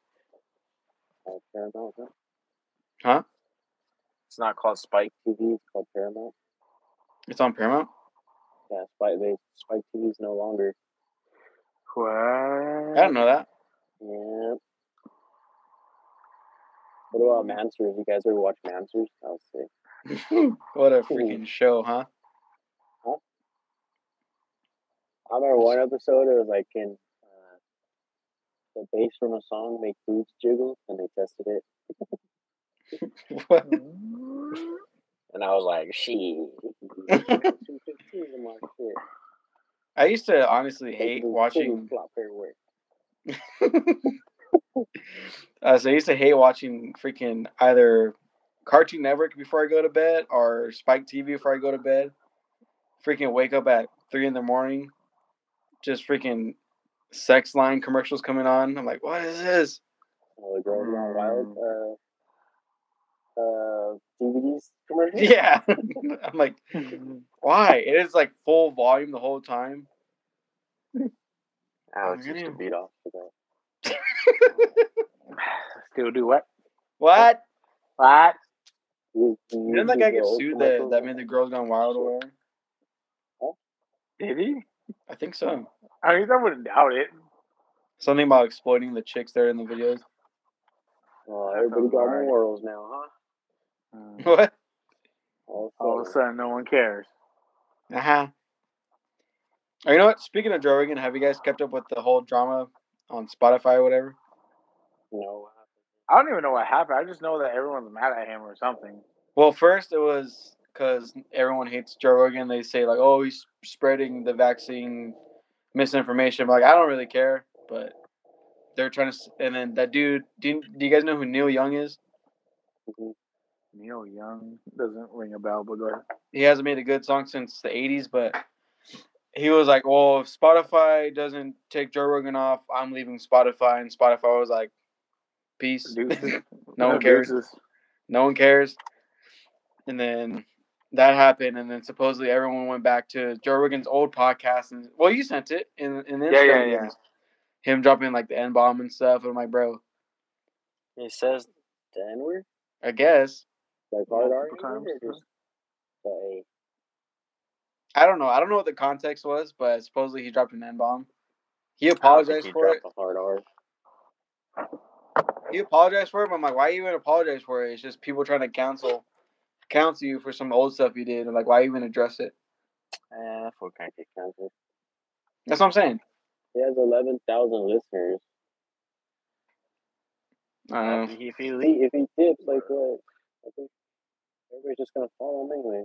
[SPEAKER 4] Uh, Paramount, huh?
[SPEAKER 2] Huh?
[SPEAKER 3] It's not called Spike.
[SPEAKER 4] TV is called Paramount.
[SPEAKER 2] It's on Paramount.
[SPEAKER 4] Yeah, Spike they Spike TV is no longer.
[SPEAKER 1] what?
[SPEAKER 2] I don't know that.
[SPEAKER 4] Yeah. What about Mansers? You guys ever watch Mansers? I was sick.
[SPEAKER 2] What a freaking show, huh?
[SPEAKER 4] I remember one episode. It was like in uh, the bass from a song make boobs jiggle, and they tested it,
[SPEAKER 2] What?
[SPEAKER 4] and I was like, "She." I'm like, "Shit."
[SPEAKER 2] I used to honestly hate
[SPEAKER 4] Boobs
[SPEAKER 2] watching.
[SPEAKER 4] jiggle, flop her work.
[SPEAKER 2] uh, so I used to hate watching freaking either Cartoon Network before I go to bed or Spike TV before I go to bed. Freaking wake up at three in the morning, just freaking sex line commercials coming on. I'm like, what is this?
[SPEAKER 4] All the girls Gone wild.
[SPEAKER 2] Mm.
[SPEAKER 4] Uh, uh, DVDs commercial.
[SPEAKER 2] Yeah, I'm like, why? It is like full volume the whole time.
[SPEAKER 4] Alex
[SPEAKER 2] Look at
[SPEAKER 4] used to
[SPEAKER 2] him.
[SPEAKER 4] beat off to that.
[SPEAKER 1] Still do what?
[SPEAKER 2] What?
[SPEAKER 1] What?
[SPEAKER 4] You- you
[SPEAKER 2] Didn't that guy
[SPEAKER 4] use your
[SPEAKER 2] get
[SPEAKER 4] old
[SPEAKER 2] sued that
[SPEAKER 4] commercials?
[SPEAKER 2] that made the girls gone wild or whatever?
[SPEAKER 1] Did he?
[SPEAKER 2] I think so.
[SPEAKER 1] I mean, I wouldn't doubt it.
[SPEAKER 2] Something about exploiting the chicks there in the videos.
[SPEAKER 4] Well,
[SPEAKER 1] That
[SPEAKER 4] everybody
[SPEAKER 1] sounds
[SPEAKER 4] got
[SPEAKER 1] alright.
[SPEAKER 4] morals now, huh?
[SPEAKER 2] What?
[SPEAKER 4] All
[SPEAKER 1] All of a sudden, no one cares.
[SPEAKER 2] Uh huh. You know what? Speaking of Joe Rogan, have you guys kept up with the whole drama on Spotify or whatever?
[SPEAKER 4] no.
[SPEAKER 1] I don't even know what happened. I just know that everyone's mad at him or something.
[SPEAKER 2] Well, first it was because everyone hates Joe Rogan. They say like, "Oh, he's spreading the vaccine misinformation." But, like, I don't really care, but they're trying to. s- And then that dude, do you, do you guys know who Neil Young is?
[SPEAKER 1] Neil Young doesn't ring a bell, but go ahead.
[SPEAKER 2] He hasn't made a good song since the '80s, but he was like, "Well, if Spotify doesn't take Joe Rogan off, I'm leaving Spotify." And Spotify was like, "Peace."
[SPEAKER 1] Deuces.
[SPEAKER 2] No one cares.
[SPEAKER 1] Deuces.
[SPEAKER 2] no one cares. And then that happened, and then supposedly everyone went back to Joe Rogan's old podcast, and well, you sent it in in the
[SPEAKER 1] Yeah, yeah,
[SPEAKER 2] Instagram
[SPEAKER 1] yeah.
[SPEAKER 2] DMs. Him dropping like the n bomb and stuff, and I'm like, bro,
[SPEAKER 4] It says the N word?
[SPEAKER 2] I guess
[SPEAKER 4] Like hard R?
[SPEAKER 1] Multiple
[SPEAKER 4] N word,
[SPEAKER 1] times,
[SPEAKER 4] or just the A?
[SPEAKER 2] I don't know. I don't know what the context was, but supposedly he dropped an n bomb. He
[SPEAKER 4] I think
[SPEAKER 2] apologized
[SPEAKER 4] he
[SPEAKER 2] for it.
[SPEAKER 4] dropped a hard R.
[SPEAKER 2] He apologized for it, but I'm like, why even apologize for it? It's just people trying to cancel cancel you for some old stuff you did, and like, why even address it?
[SPEAKER 3] "Eh,
[SPEAKER 4] Ah, that fool can't get canceled.
[SPEAKER 2] That's what I'm saying.
[SPEAKER 4] He has 11,000 listeners.
[SPEAKER 2] I don't
[SPEAKER 1] Mm.
[SPEAKER 2] know.
[SPEAKER 3] If he
[SPEAKER 4] If
[SPEAKER 3] leaves,
[SPEAKER 4] he, if he dips, like what? I think everybody's just going to follow him anyway.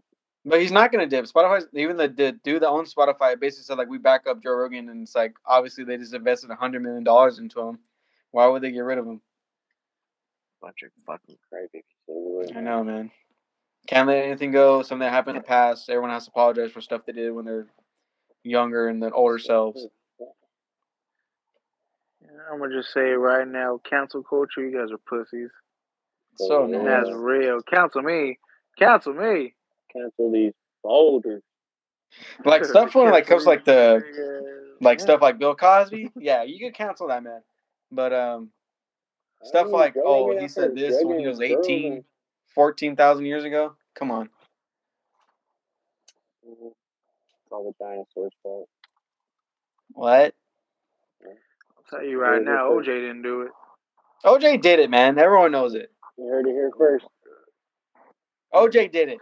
[SPEAKER 2] But he's not gonna dip. Spotify's even the, the dude that owns Spotify basically said like we back up Joe Rogan and it's like obviously they just invested hundred million dollars into him. Why would they get rid of him?
[SPEAKER 3] bunch of fucking
[SPEAKER 4] Crybabies everywhere.
[SPEAKER 2] I know, man. Can't let anything go. Something that happened in the past. Everyone has to apologize for stuff they did when they're younger and their older selves.
[SPEAKER 1] I'm gonna just say right now, cancel culture. You guys are pussies.
[SPEAKER 2] So
[SPEAKER 4] Yeah.
[SPEAKER 2] annoying.
[SPEAKER 1] That's real. Cancel me. Cancel me.
[SPEAKER 4] Cancel these boulders.
[SPEAKER 2] Like stuff when like comes like the
[SPEAKER 1] Yeah.
[SPEAKER 2] like stuff like Bill Cosby. Yeah, you could cancel that man. But um stuff like oh he said this when he was 18 14,000 years ago. Come on.
[SPEAKER 4] It's all the dinosaurs' fault.
[SPEAKER 2] What?
[SPEAKER 1] I'll tell you right now, OJ didn't do it.
[SPEAKER 2] OJ did it, man. Everyone knows it.
[SPEAKER 4] You heard it here first.
[SPEAKER 2] OJ did it.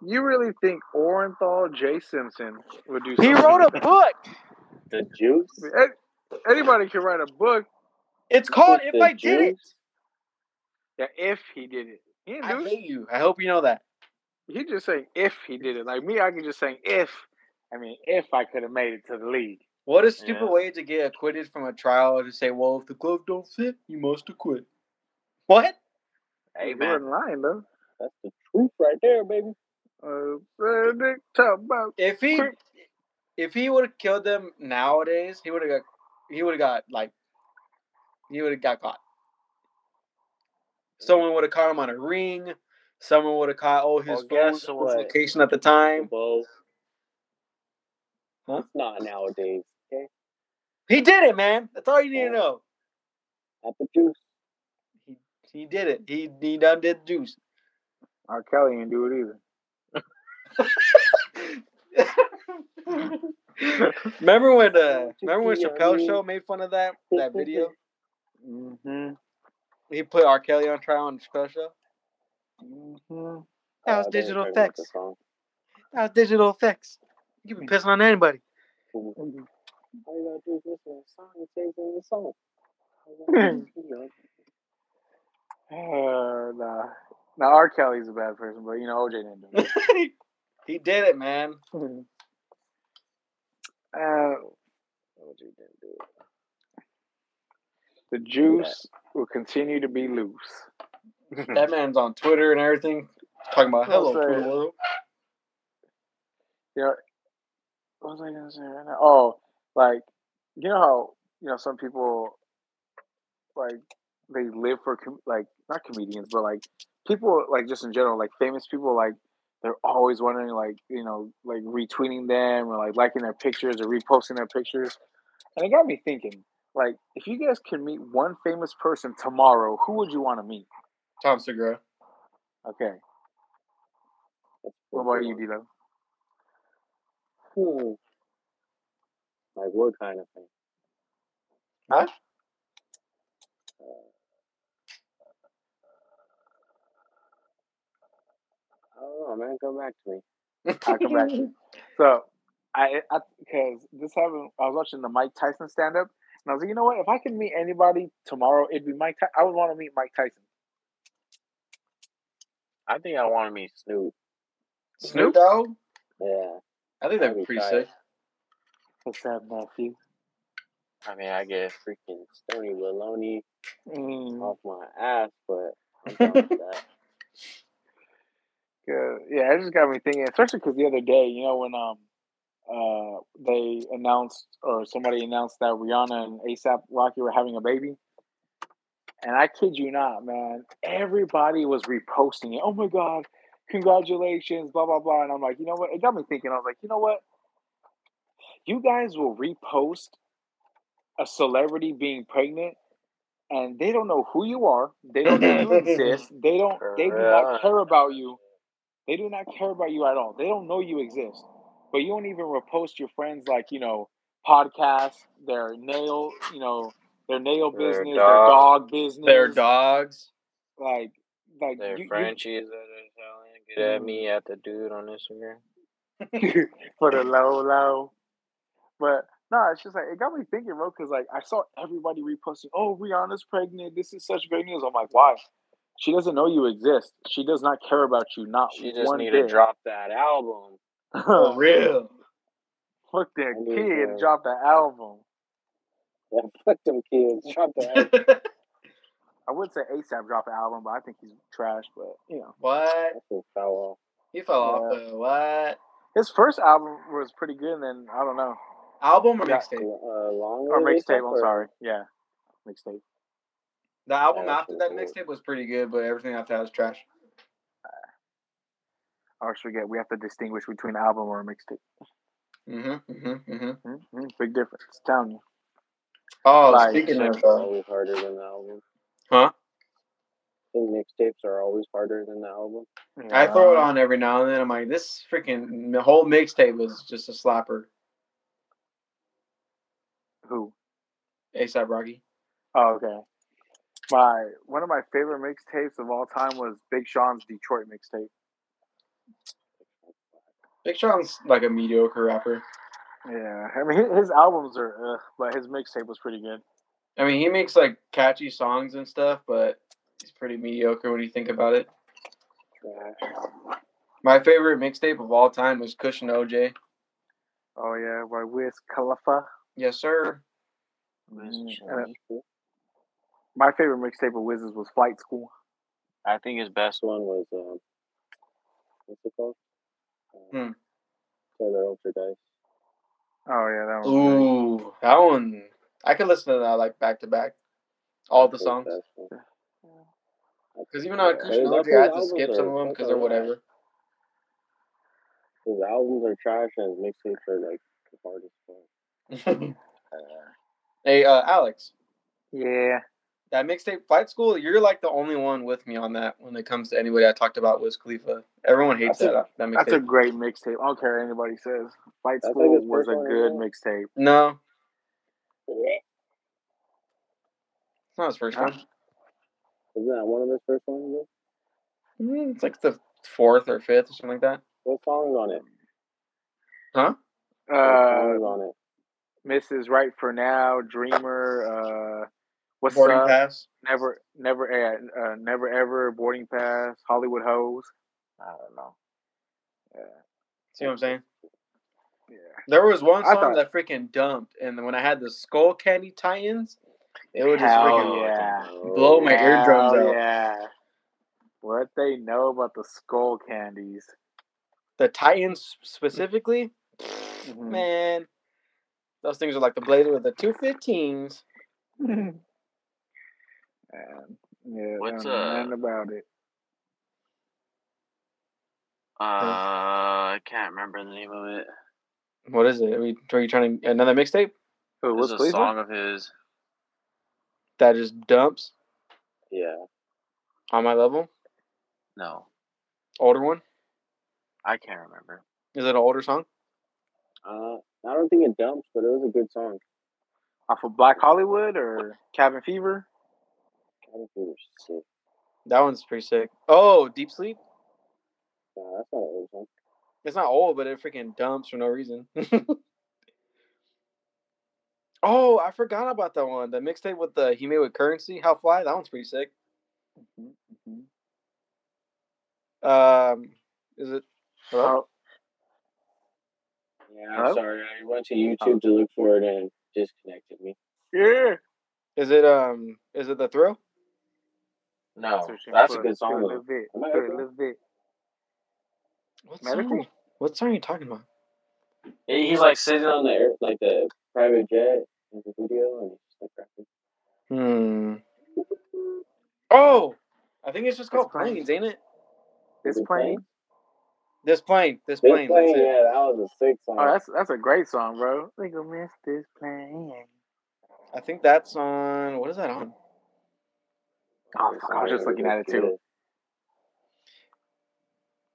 [SPEAKER 1] You really think Orenthal J. Simpson would
[SPEAKER 5] He
[SPEAKER 1] do something?
[SPEAKER 5] wrote a book.
[SPEAKER 4] The juice.
[SPEAKER 1] An- Anybody can write a book.
[SPEAKER 5] It's called
[SPEAKER 4] The
[SPEAKER 5] If I Did It.
[SPEAKER 4] Juice?
[SPEAKER 1] Yeah, if he did it. He, didn't
[SPEAKER 2] I
[SPEAKER 1] do it.
[SPEAKER 2] hate you. I hope you know that.
[SPEAKER 1] he just saying if he did it. Like me, I can just saying if. I mean, if I could have made it to the league.
[SPEAKER 2] What a stupid
[SPEAKER 3] Yeah.
[SPEAKER 2] way to get acquitted from a trial to say, well, if the glove don't fit, you must acquit. What?
[SPEAKER 3] Hey,
[SPEAKER 1] you
[SPEAKER 3] man.
[SPEAKER 1] weren't lying though.
[SPEAKER 4] That's the truth right there, baby.
[SPEAKER 1] Uh, uh, they talk about
[SPEAKER 2] If he
[SPEAKER 1] Quick.
[SPEAKER 2] if he would have killed them nowadays, he would have got he would have got like he would have got caught. Someone would have caught him on a ring. Someone would have caught oh his
[SPEAKER 3] Well,
[SPEAKER 2] phone's
[SPEAKER 3] guess what?
[SPEAKER 2] location at the time.
[SPEAKER 4] Bo.
[SPEAKER 2] Huh?
[SPEAKER 4] It's not nowadays. Okay.
[SPEAKER 2] He did it, man. That's all you need to know.
[SPEAKER 4] Not the juice.
[SPEAKER 2] He did it. He he done did the juice.
[SPEAKER 1] R. Kelly didn't do it either.
[SPEAKER 2] remember when uh remember when Chappelle show made fun of that that video?
[SPEAKER 1] Mm-hmm.
[SPEAKER 2] He put R. Kelly on trial on Chappelle show.
[SPEAKER 1] Mm-hmm.
[SPEAKER 4] Oh,
[SPEAKER 2] That was
[SPEAKER 4] I didn't
[SPEAKER 2] digital
[SPEAKER 4] hear about
[SPEAKER 2] effects.
[SPEAKER 4] the song.
[SPEAKER 2] That was digital effects. You can be pissing on anybody.
[SPEAKER 4] All you gotta do is listen to the song and say it's in the song. All you gotta do is listen to it.
[SPEAKER 1] Uh, nah. Now R. Kelly's a bad person, but you know OJ didn't do it.
[SPEAKER 2] He did it, man.
[SPEAKER 1] uh,
[SPEAKER 4] Oh, dude, didn't do it.
[SPEAKER 1] the juice will continue to be loose.
[SPEAKER 2] That man's on Twitter and everything talking about hello
[SPEAKER 1] That's right.
[SPEAKER 2] Twitter world.
[SPEAKER 1] You know, what was I gonna say right now? Oh, like you know how you know some people like they live for com- like not comedians, but like people like just in general, like famous people, like they're always wondering, like you know, like retweeting them or like liking their pictures or reposting their pictures, and it got me thinking. Like, if you guys could meet one famous person tomorrow, who would you want to meet?
[SPEAKER 2] Tom Segura.
[SPEAKER 1] Okay. What about you, Dilo?
[SPEAKER 4] Hmm. Like what kind of thing?
[SPEAKER 2] Huh?
[SPEAKER 4] Uh, I don't know, man. Come back to me.
[SPEAKER 1] I'll come back. to you. So, I because this happened. I was watching the Mike Tyson stand up, and I was like, you know what? If I could meet anybody tomorrow, it'd be Mike. Ty- I would want to meet Mike Tyson.
[SPEAKER 3] I think I want to meet Snoop.
[SPEAKER 2] Snoop Dogg?
[SPEAKER 4] Yeah.
[SPEAKER 2] I think that'd be pretty sick.
[SPEAKER 1] What's up, nephew?
[SPEAKER 3] I mean, I guess.
[SPEAKER 4] Freaking Stony Baloney
[SPEAKER 1] Mm,
[SPEAKER 4] off my ass, but I'm down with that.
[SPEAKER 1] good. uh, yeah, it just got me thinking, especially because the other day, you know, when um uh they announced or somebody announced that Rihanna and ASAP Rocky were having a baby. And I kid you not, man, everybody was reposting it. Oh my god, congratulations, blah blah blah. And I'm like, you know what? It got me thinking. I was like, you know what? You guys will repost a celebrity being pregnant and they don't know who you are. They don't know you exist. They don't they do not
[SPEAKER 3] Correct.
[SPEAKER 1] care about you. They do not care about you at all. They don't know you exist. But you don't even repost your friends like, you know, podcast, their nail, you know, their nail
[SPEAKER 3] Their
[SPEAKER 1] business, their
[SPEAKER 3] dog.
[SPEAKER 1] dog business.
[SPEAKER 2] They're dogs.
[SPEAKER 1] Like like
[SPEAKER 3] Their
[SPEAKER 1] you, Mm. you,
[SPEAKER 3] Frenchies that are selling. Get at me at the dude on Instagram.
[SPEAKER 1] for the low low. But no, it's just like it got me thinking, bro. Because like I saw everybody reposting, "Oh, Rihanna's pregnant. This is such great news." I'm like, why? She doesn't know you exist. She does not care about you. Not
[SPEAKER 3] She just
[SPEAKER 1] one
[SPEAKER 3] need
[SPEAKER 1] bit.
[SPEAKER 3] to drop that album.
[SPEAKER 2] For real.
[SPEAKER 1] Fuck that
[SPEAKER 4] I need
[SPEAKER 1] kid.
[SPEAKER 4] her.
[SPEAKER 1] Drop the album.
[SPEAKER 4] Yeah, fuck them kids. Drop that.
[SPEAKER 1] I would say ASAP drop an album, but I think he's trash. But you know,
[SPEAKER 2] what?
[SPEAKER 4] That's a foul.
[SPEAKER 2] He fell off the what?
[SPEAKER 1] his first album was pretty good. And then I don't know.
[SPEAKER 2] Album or
[SPEAKER 1] Yeah.
[SPEAKER 4] Uh,
[SPEAKER 2] mixtape?
[SPEAKER 4] long
[SPEAKER 1] Or
[SPEAKER 4] release
[SPEAKER 1] mixtape. I'm
[SPEAKER 4] effort?
[SPEAKER 1] sorry. Yeah, mixtape.
[SPEAKER 2] The album
[SPEAKER 4] Yeah,
[SPEAKER 2] after that
[SPEAKER 4] that's
[SPEAKER 2] mixtape was pretty good, but everything after that was trash.
[SPEAKER 1] I always forget. We have to distinguish between an album or a mixtape.
[SPEAKER 2] Mm-hmm, mm-hmm, mm-hmm.
[SPEAKER 1] hmm Big difference. Telling you.
[SPEAKER 2] Oh,
[SPEAKER 1] Like-
[SPEAKER 2] speaking of,
[SPEAKER 4] Mixtapes
[SPEAKER 2] uh,
[SPEAKER 4] are always harder than the album.
[SPEAKER 2] huh?
[SPEAKER 4] I think mixtapes are always harder than the album.
[SPEAKER 2] I throw it
[SPEAKER 1] Yeah.
[SPEAKER 2] on every now and then. I'm like, this freaking the whole mixtape was just a slapper.
[SPEAKER 1] Who?
[SPEAKER 2] ASAP Rocky.
[SPEAKER 1] Oh, okay. My one of my favorite mixtapes of all time was Big Sean's Detroit mixtape.
[SPEAKER 2] Big Sean's like a mediocre rapper.
[SPEAKER 1] Yeah, I mean his albums are, uh, but his mixtape was pretty good.
[SPEAKER 2] I mean, he makes like catchy songs and stuff, but he's pretty mediocre when you think about it.
[SPEAKER 4] Trash.
[SPEAKER 2] My favorite mixtape of all time was Cushion OJ.
[SPEAKER 1] Oh yeah, by Wiz Khalifa.
[SPEAKER 2] Yes, sir.
[SPEAKER 1] Uh, my favorite mixtape of Wiz's was Flight School.
[SPEAKER 3] I think his best
[SPEAKER 4] This one was um, what's it called? Uh,
[SPEAKER 2] Hmm.
[SPEAKER 4] Taylor Ultra Dice.
[SPEAKER 1] Oh yeah, that one. was
[SPEAKER 2] Ooh, that one. I could listen to that like back to back, all the
[SPEAKER 4] That's
[SPEAKER 2] songs.
[SPEAKER 4] best one.
[SPEAKER 2] Because even on
[SPEAKER 1] Yeah,
[SPEAKER 2] Cushion
[SPEAKER 4] there's
[SPEAKER 2] OJ, I had to
[SPEAKER 4] albums
[SPEAKER 2] skip
[SPEAKER 4] are
[SPEAKER 2] some of them because they're
[SPEAKER 4] fucking
[SPEAKER 2] whatever.
[SPEAKER 4] His albums are trash and his mixtapes are like the hardest one.
[SPEAKER 2] hey, uh, Alex,
[SPEAKER 1] good. Yeah,
[SPEAKER 2] that mixtape Flight School, you're like the only one with me on that when it comes to anybody I talked about Wiz Khalifa. Everyone hates
[SPEAKER 1] That's
[SPEAKER 2] that,
[SPEAKER 1] a-
[SPEAKER 2] that
[SPEAKER 1] that's a
[SPEAKER 2] mixtape.
[SPEAKER 1] great mixtape. I don't care what anybody says. Flight
[SPEAKER 4] That's
[SPEAKER 1] School
[SPEAKER 4] like his
[SPEAKER 1] was
[SPEAKER 4] first
[SPEAKER 1] a
[SPEAKER 4] one,
[SPEAKER 1] good
[SPEAKER 4] isn't
[SPEAKER 1] mixtape.
[SPEAKER 2] no, it's not his first
[SPEAKER 1] Huh?
[SPEAKER 2] one.
[SPEAKER 4] Isn't that one of his first songs? though?
[SPEAKER 2] Mm, It's like the fourth or fifth or something like that.
[SPEAKER 4] What song is on it? What song is
[SPEAKER 1] Uh,
[SPEAKER 4] on it?
[SPEAKER 1] Mrs. Right for Now, Dreamer. Uh, what's
[SPEAKER 2] Boarding
[SPEAKER 1] up?
[SPEAKER 2] Pass.
[SPEAKER 1] Never, never, uh, uh, never ever. Boarding Pass. Hollywood Hoes.
[SPEAKER 3] I don't know.
[SPEAKER 2] See what I'm saying?
[SPEAKER 1] Yeah.
[SPEAKER 2] There was one
[SPEAKER 1] I
[SPEAKER 2] song that
[SPEAKER 1] thought-
[SPEAKER 2] freaking dumped, and then when I had the Skull Candy tie-ins, it would just
[SPEAKER 1] Hell
[SPEAKER 2] freaking
[SPEAKER 1] yeah.
[SPEAKER 4] Oh,
[SPEAKER 2] blow my eardrums
[SPEAKER 1] Hell
[SPEAKER 2] out.
[SPEAKER 1] Yeah. What they know about the skull candies.
[SPEAKER 2] The tie-ins specifically,
[SPEAKER 4] Mm.
[SPEAKER 1] Mhm.
[SPEAKER 2] man, those things are like the blazer with the two fifteens.
[SPEAKER 1] And, yeah,
[SPEAKER 3] What's,
[SPEAKER 1] don't know
[SPEAKER 3] uh,
[SPEAKER 1] nothing about it.
[SPEAKER 3] Uh, I can't remember the name of it.
[SPEAKER 2] What is it? Are, we, are you trying to another mixtape
[SPEAKER 1] Who was
[SPEAKER 3] There's a
[SPEAKER 1] Khalifa?
[SPEAKER 3] song of his.
[SPEAKER 2] that just dumps
[SPEAKER 4] Yeah.
[SPEAKER 2] on my level?
[SPEAKER 3] No,
[SPEAKER 2] Older one?
[SPEAKER 3] I can't remember.
[SPEAKER 2] Is it an older song?
[SPEAKER 4] Uh, I don't think it dumps, but it was a good song.
[SPEAKER 1] Off of Black Hollywood or Cabin Fever?
[SPEAKER 4] I don't think it's sick.
[SPEAKER 2] That one's pretty sick. Oh, Deep Sleep.
[SPEAKER 4] Nah, that's not an old song.
[SPEAKER 2] It's not old, but it freaking dumps for no reason. oh, I forgot about that one. The mixtape with the he made with currency, how fly. That one's pretty sick. Um, is it? Hello?
[SPEAKER 1] Oh,
[SPEAKER 4] Yeah,
[SPEAKER 1] Hello?
[SPEAKER 4] I'm sorry. I went to YouTube to look for it and it disconnected me.
[SPEAKER 1] yeah.
[SPEAKER 2] Is it um? Is it the thrill?
[SPEAKER 3] No,
[SPEAKER 1] Searching
[SPEAKER 4] Oh, that's a
[SPEAKER 1] for
[SPEAKER 4] good song,
[SPEAKER 1] Thrill
[SPEAKER 4] though.
[SPEAKER 1] of It.
[SPEAKER 4] Am I
[SPEAKER 1] Thrill
[SPEAKER 4] okay?
[SPEAKER 1] of It.
[SPEAKER 2] What
[SPEAKER 1] Medical?
[SPEAKER 2] song? What song are you talking about?
[SPEAKER 4] He- He's like sitting on the air, like the private jet in the video, and he's like rapping.
[SPEAKER 2] Hmm. Oh, I think it's just called
[SPEAKER 1] It's Planes.
[SPEAKER 2] planes, ain't it?
[SPEAKER 1] It's
[SPEAKER 4] This
[SPEAKER 1] playing.
[SPEAKER 2] This plane. This
[SPEAKER 4] This
[SPEAKER 2] plane.
[SPEAKER 4] plane,
[SPEAKER 2] that's it.
[SPEAKER 4] yeah, that was a sick song.
[SPEAKER 1] Oh, that's that's a great song, bro. We gonna miss this plane.
[SPEAKER 2] I think that's on. What is that on?
[SPEAKER 1] Oh, fuck, I was just looking at it too.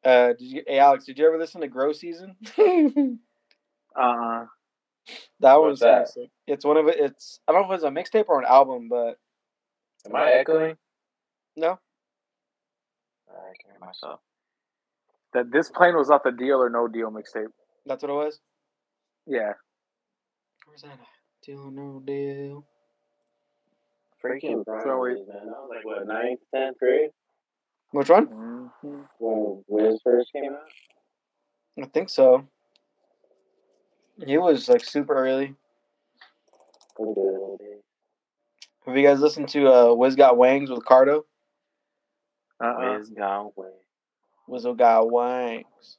[SPEAKER 2] Uh, did you? Hey, Alex, did you ever listen to Grow Season?
[SPEAKER 1] Uh,
[SPEAKER 2] That
[SPEAKER 4] What's
[SPEAKER 2] one's kinda
[SPEAKER 4] that?
[SPEAKER 2] sick. It's one of it. It's I don't know if it's a mixtape or an album, but
[SPEAKER 3] Am I echoing?
[SPEAKER 2] no,
[SPEAKER 3] I can hear myself.
[SPEAKER 1] that this plane was off the Deal or No Deal mixtape.
[SPEAKER 2] that's what it was.
[SPEAKER 1] Yeah,
[SPEAKER 2] Where's that? at? Deal or no deal.
[SPEAKER 4] Freaking Brian,
[SPEAKER 1] So
[SPEAKER 4] man.
[SPEAKER 1] we-
[SPEAKER 4] That was like, what, ninth, tenth grade?
[SPEAKER 2] Which one?
[SPEAKER 1] Mm-hmm.
[SPEAKER 4] When Wiz first came out?
[SPEAKER 2] I think so. He was like super early.
[SPEAKER 4] Pretty good old days.
[SPEAKER 2] Have you guys listened to uh, Wiz Got Wangs with Cardo?
[SPEAKER 1] uh-uh.
[SPEAKER 3] Wiz gone away.
[SPEAKER 2] Wiz Got Wangs.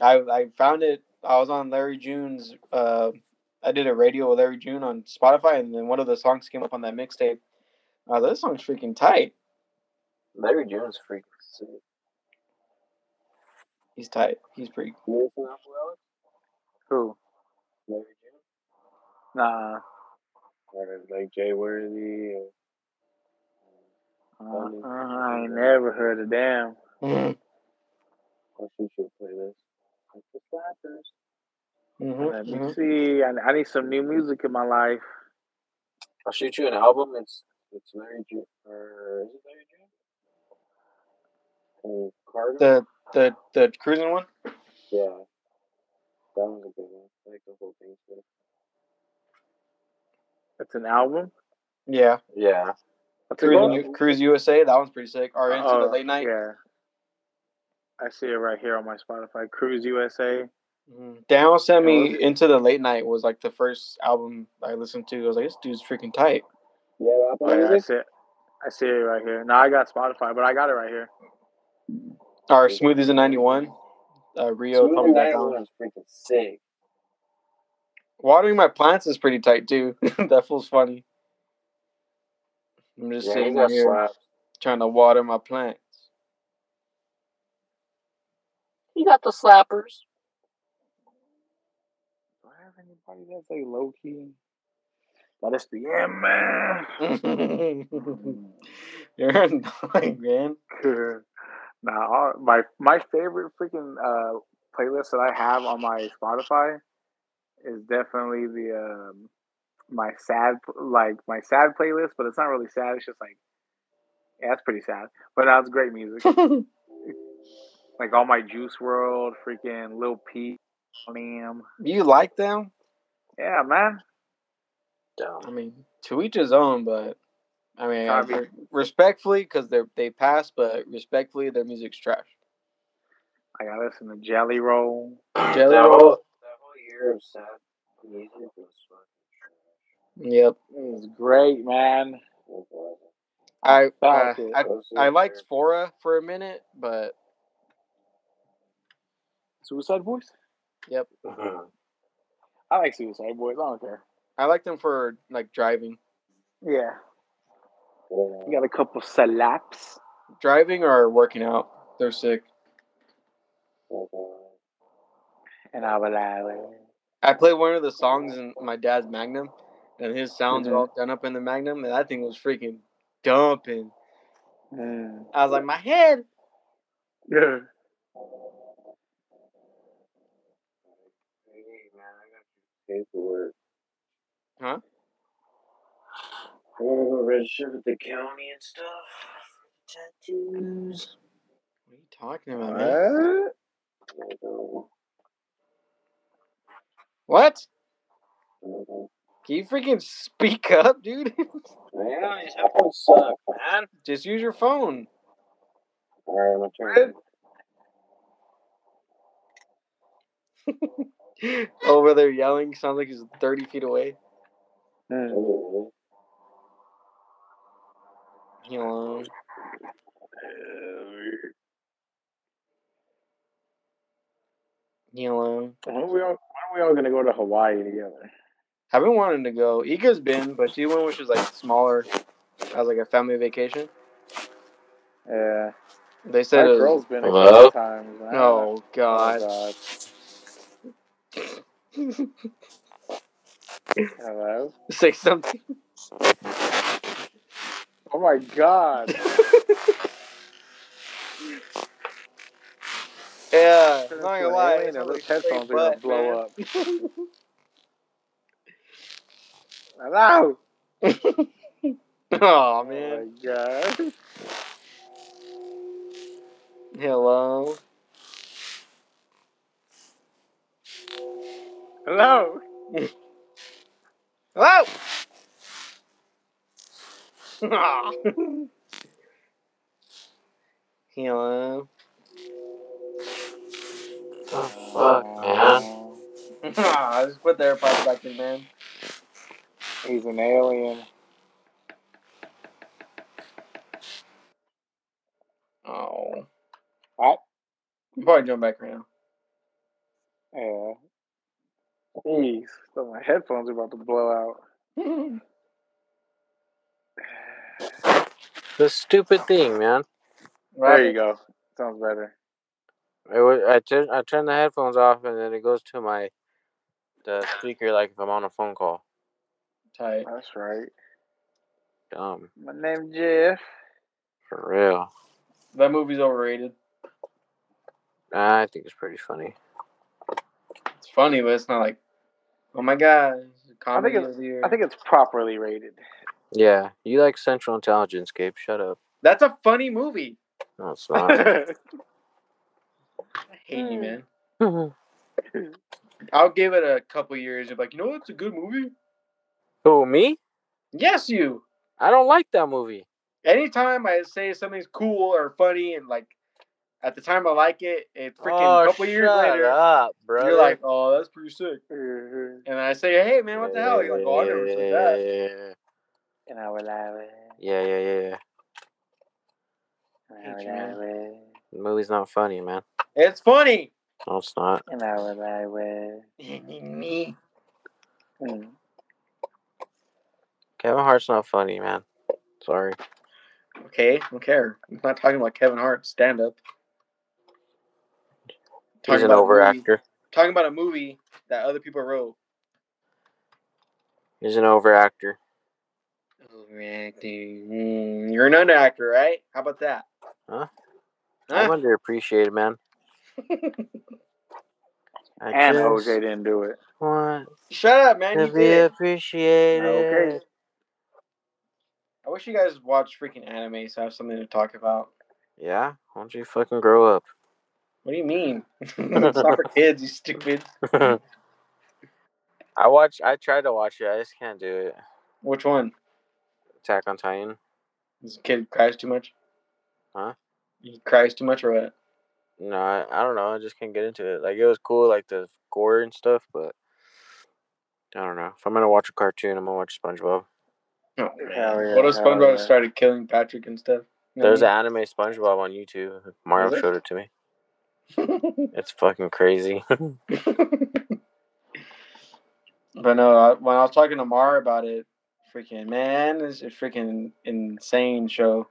[SPEAKER 2] I I found it. I was on Larry June's. Uh, I did a radio with Larry June on Spotify, and then one of the songs came up on that mixtape. Uh, this song's freaking tight.
[SPEAKER 3] Larry Jones freaking sick.
[SPEAKER 2] He's tight. He's pretty.
[SPEAKER 4] You listen to Apple Alex?
[SPEAKER 1] Who?
[SPEAKER 4] Larry June?
[SPEAKER 1] Nah.
[SPEAKER 4] Or like Jay Worthy? Or...
[SPEAKER 1] Uh, uh, I ain't never heard of them.
[SPEAKER 4] course you should play this. Like the Slappers.
[SPEAKER 1] Let me
[SPEAKER 2] Mhm.
[SPEAKER 1] see. I, I need some new music in my life.
[SPEAKER 4] I'll shoot you an album. It's it's Larry June or is it Larry June? Or Carter?
[SPEAKER 2] The
[SPEAKER 3] The the cruising one.
[SPEAKER 4] Yeah. That one's a good one. I like the whole thing. too.
[SPEAKER 1] That's an album.
[SPEAKER 2] Yeah,
[SPEAKER 3] Yeah.
[SPEAKER 1] That's a
[SPEAKER 2] Cruise,
[SPEAKER 1] goal?
[SPEAKER 2] U- Cruise USA. That one's pretty sick. Or into the
[SPEAKER 1] Oh,
[SPEAKER 2] late night.
[SPEAKER 1] Yeah. I see it right here on my Spotify. Cruise USA.
[SPEAKER 2] Daniel sent
[SPEAKER 1] Hello?
[SPEAKER 2] me Mm-hmm. into the late night was like the first album I listened to. I was like, this dude's freaking tight.
[SPEAKER 4] Yeah, Apple
[SPEAKER 1] Oh, yeah, I
[SPEAKER 4] Music?
[SPEAKER 1] see it. I see it right here. Now I got Spotify, but I got it right here.
[SPEAKER 2] Or smoothies in '91. Uh, Rio
[SPEAKER 4] Smooth
[SPEAKER 2] coming
[SPEAKER 4] and
[SPEAKER 2] back
[SPEAKER 4] Dial
[SPEAKER 2] on.
[SPEAKER 4] was freaking sick.
[SPEAKER 2] Watering my plants is pretty tight too. that feels funny. I'm just
[SPEAKER 3] Yeah, he
[SPEAKER 2] sitting
[SPEAKER 3] got
[SPEAKER 2] here
[SPEAKER 3] slapped.
[SPEAKER 2] trying to water my plants.
[SPEAKER 5] He got the slappers.
[SPEAKER 1] Do I have anybody that's like low key? That is the yeah, man.
[SPEAKER 3] Mm.
[SPEAKER 2] You're annoying, man.
[SPEAKER 1] nah, all- my my favorite freaking uh, playlist that I have on my Spotify is definitely the um, my sad like my sad playlist, but it's not really sad. It's just like yeah, that's pretty sad, but that's it's great music. like all my Juice World, freaking Lil Peep, Liam.
[SPEAKER 2] You like them?
[SPEAKER 1] Yeah, man.
[SPEAKER 2] I mean, to each his own, but I mean,
[SPEAKER 1] Sorry.
[SPEAKER 2] re- respectfully, because they they pass, but respectfully, their music's trash.
[SPEAKER 1] I got listen to Jelly Roll.
[SPEAKER 2] Jelly
[SPEAKER 4] That
[SPEAKER 2] Roll.
[SPEAKER 4] whole, that whole year of sad music was fucking
[SPEAKER 2] Yep.
[SPEAKER 1] It was great, man.
[SPEAKER 4] trash.
[SPEAKER 2] I uh,
[SPEAKER 1] Fuck it.
[SPEAKER 2] I
[SPEAKER 4] Those
[SPEAKER 2] I
[SPEAKER 4] years
[SPEAKER 2] liked Fora for a minute, but
[SPEAKER 1] Suicide Boys.
[SPEAKER 4] were-
[SPEAKER 1] I like Suicide Boys. I don't care.
[SPEAKER 2] I liked them for like driving,
[SPEAKER 1] Yeah, you
[SPEAKER 4] Yeah.
[SPEAKER 1] got a couple slaps.
[SPEAKER 2] driving or working out. They're sick.
[SPEAKER 1] And I would like,
[SPEAKER 2] I played one of the songs in my dad's Magnum, and his sounds
[SPEAKER 1] Mhm.
[SPEAKER 2] were all done up in the Magnum, and that thing was freaking dumping.
[SPEAKER 1] mm.
[SPEAKER 2] I was like, my head.
[SPEAKER 1] yeah.
[SPEAKER 4] Hey, man, I got your paperwork.
[SPEAKER 2] Huh?
[SPEAKER 4] I want to go register with the county and stuff. Tattoos.
[SPEAKER 2] What are you talking about, man?
[SPEAKER 1] What?
[SPEAKER 2] What?
[SPEAKER 4] I know, I know.
[SPEAKER 2] Can you freaking speak up, dude?
[SPEAKER 4] Yeah, these headphones suck, man.
[SPEAKER 2] Just use your phone.
[SPEAKER 4] Alright, I'm gonna turn it.
[SPEAKER 2] Over there yelling, sounds like he's 30 feet away.
[SPEAKER 1] Mm.
[SPEAKER 4] Oh,
[SPEAKER 2] Leave me alone. Leave me alone.
[SPEAKER 1] Why are we all? Why are we all gonna go to Hawaii together?
[SPEAKER 2] I've been wanting to go. Ika's been, but she went, which was like smaller, as like a family vacation.
[SPEAKER 1] Yeah,
[SPEAKER 2] They
[SPEAKER 1] my
[SPEAKER 2] said it was,
[SPEAKER 1] girl's been a
[SPEAKER 3] Hello?
[SPEAKER 1] couple times. man.
[SPEAKER 2] oh
[SPEAKER 1] Oh,
[SPEAKER 2] god.
[SPEAKER 1] God. Hello.
[SPEAKER 2] Say something.
[SPEAKER 1] Oh my God.
[SPEAKER 2] Yeah,
[SPEAKER 1] Turn
[SPEAKER 2] not gonna
[SPEAKER 1] into an
[SPEAKER 2] lie.
[SPEAKER 1] alien
[SPEAKER 2] it
[SPEAKER 1] and
[SPEAKER 2] smells like
[SPEAKER 1] Those
[SPEAKER 2] straight
[SPEAKER 1] headphones are gonna
[SPEAKER 2] butt,
[SPEAKER 1] blow
[SPEAKER 2] man.
[SPEAKER 1] up. Hello.
[SPEAKER 2] Oh
[SPEAKER 1] Oh
[SPEAKER 2] man.
[SPEAKER 1] my God.
[SPEAKER 2] Hello.
[SPEAKER 1] Hello.
[SPEAKER 2] Hello. Aw. Hello.
[SPEAKER 3] The fuck, man.
[SPEAKER 2] Aw, just put the AirPods back in, man.
[SPEAKER 1] He's an alien.
[SPEAKER 2] Oh.
[SPEAKER 1] What?
[SPEAKER 2] You probably jump back right now.
[SPEAKER 1] Yeah. Jeez, so my headphones are about to blow out.
[SPEAKER 3] The stupid thing, man.
[SPEAKER 1] There you go. Sounds better.
[SPEAKER 3] I, wa- I, turn, I turn the headphones off and then it goes to my the speaker like if I'm on a phone call.
[SPEAKER 2] Tight.
[SPEAKER 1] That's right.
[SPEAKER 3] Dumb.
[SPEAKER 1] My name's Jeff.
[SPEAKER 3] For real.
[SPEAKER 2] That movie's overrated.
[SPEAKER 3] I think it's pretty funny.
[SPEAKER 2] It's funny, but it's not like, oh my god, comedy
[SPEAKER 1] it's-
[SPEAKER 2] of the year.
[SPEAKER 1] I think it's properly rated.
[SPEAKER 3] Yeah, you like Central Intelligence, Gabe. Shut up.
[SPEAKER 2] that's a funny movie.
[SPEAKER 3] No, it's not.
[SPEAKER 1] That's
[SPEAKER 2] I hate you,
[SPEAKER 5] Mm.
[SPEAKER 2] man.
[SPEAKER 3] Who
[SPEAKER 2] Hmm. I'll give it a couple years. You're like, you know, it's a good movie.
[SPEAKER 3] me?
[SPEAKER 2] Yes, you.
[SPEAKER 3] I don't like that movie.
[SPEAKER 2] Anytime I say something's cool or funny, and like at the time I like it, it freaking
[SPEAKER 3] oh,
[SPEAKER 2] couple years
[SPEAKER 3] shut
[SPEAKER 2] later,
[SPEAKER 3] up, bro.
[SPEAKER 2] you're like, oh, that's pretty sick.
[SPEAKER 1] Mhm.
[SPEAKER 2] And I say, hey, man, what the hell? You're like, oh, I never said that.
[SPEAKER 1] And I would love it.
[SPEAKER 3] Yeah, yeah, yeah, yeah.
[SPEAKER 1] And
[SPEAKER 2] Hate
[SPEAKER 1] I would
[SPEAKER 2] you, man.
[SPEAKER 1] love it.
[SPEAKER 3] The movie's not funny, man.
[SPEAKER 2] It's funny.
[SPEAKER 3] No, it's not.
[SPEAKER 1] And I would love it.
[SPEAKER 2] Me.
[SPEAKER 1] Mm.
[SPEAKER 3] Kevin Hart's not funny, man. Sorry.
[SPEAKER 2] Okay, don't care. I'm not talking about Kevin Hart stand up.
[SPEAKER 3] He's an over actor.
[SPEAKER 2] Talking about a movie that other people wrote.
[SPEAKER 3] He's an over actor.
[SPEAKER 2] Overacting. Mm, you're an under actor, right? How about that?
[SPEAKER 3] Huh? I'm
[SPEAKER 2] Huh?
[SPEAKER 3] underappreciated, man. I
[SPEAKER 1] And
[SPEAKER 3] just
[SPEAKER 1] Jose didn't do it.
[SPEAKER 3] want
[SPEAKER 2] Shut up, man.
[SPEAKER 3] to
[SPEAKER 2] You
[SPEAKER 3] be
[SPEAKER 2] did. it.
[SPEAKER 3] appreciated.
[SPEAKER 1] Okay.
[SPEAKER 2] I wish you guys watched freaking anime so I have something to talk about.
[SPEAKER 3] Yeah? Why don't you fucking grow up?
[SPEAKER 2] What do you mean? it's not for kids, you stupid.
[SPEAKER 3] I watch. I tried to watch it. I just can't do it.
[SPEAKER 2] Which one?
[SPEAKER 3] Attack on Titan.
[SPEAKER 2] This kid cries too much?
[SPEAKER 3] Huh?
[SPEAKER 2] He cries too much or what?
[SPEAKER 3] No, I, I don't know. I just can't get into it. Like it was cool, like the gore and stuff, but I don't know. If I'm gonna watch a cartoon, I'm gonna watch
[SPEAKER 2] Oh,
[SPEAKER 3] SpongeBob.
[SPEAKER 1] Hell yeah,
[SPEAKER 2] what if
[SPEAKER 1] hell
[SPEAKER 2] SpongeBob
[SPEAKER 1] yeah.
[SPEAKER 2] started killing Patrick and stuff? You know
[SPEAKER 3] There's an
[SPEAKER 2] what
[SPEAKER 3] anime SpongeBob on YouTube. Mario
[SPEAKER 2] Is there?
[SPEAKER 3] showed it to me.
[SPEAKER 2] I mean?
[SPEAKER 3] It's fucking crazy.
[SPEAKER 2] but no, I, when I was talking to Mar about it, freaking man, it's a freaking insane show.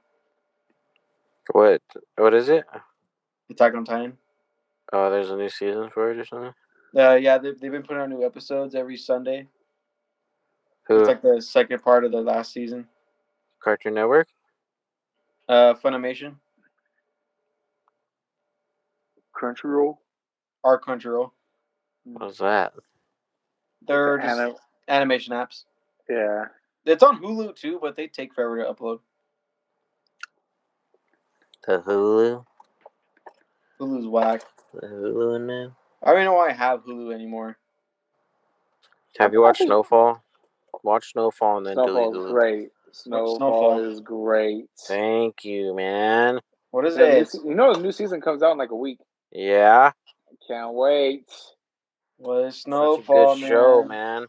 [SPEAKER 3] what? What is it?
[SPEAKER 2] Attack on Titan.
[SPEAKER 3] Oh, there's a new season for it or something.
[SPEAKER 2] Uh, yeah, they, they've been putting out new episodes every Sunday.
[SPEAKER 3] Who?
[SPEAKER 2] It's like the second part of the last season.
[SPEAKER 3] Cartoon Network.
[SPEAKER 2] Uh, Funimation,
[SPEAKER 1] Crunchyroll.
[SPEAKER 2] Art Control.
[SPEAKER 3] What's that?
[SPEAKER 2] They're just
[SPEAKER 1] Anim-
[SPEAKER 2] animation apps.
[SPEAKER 1] yeah.
[SPEAKER 2] It's on Hulu too, but they take forever to upload.
[SPEAKER 3] The Hulu.
[SPEAKER 2] Hulu's whack.
[SPEAKER 3] The Hulu man.
[SPEAKER 2] I don't even know why I have Hulu anymore.
[SPEAKER 3] Have you watched Snowfall? Watch Snowfall and then delete
[SPEAKER 1] Snowfall's
[SPEAKER 3] Hulu.
[SPEAKER 1] great. Snowfall,
[SPEAKER 2] Snowfall.
[SPEAKER 1] is great.
[SPEAKER 3] Thank you, man.
[SPEAKER 2] What is
[SPEAKER 1] The new
[SPEAKER 2] it?
[SPEAKER 1] se- you know, the new season comes out in like a week.
[SPEAKER 3] Yeah.
[SPEAKER 1] Can't wait.
[SPEAKER 2] Was
[SPEAKER 3] Such a
[SPEAKER 2] Snowfall,
[SPEAKER 3] good show,
[SPEAKER 2] man.
[SPEAKER 3] man.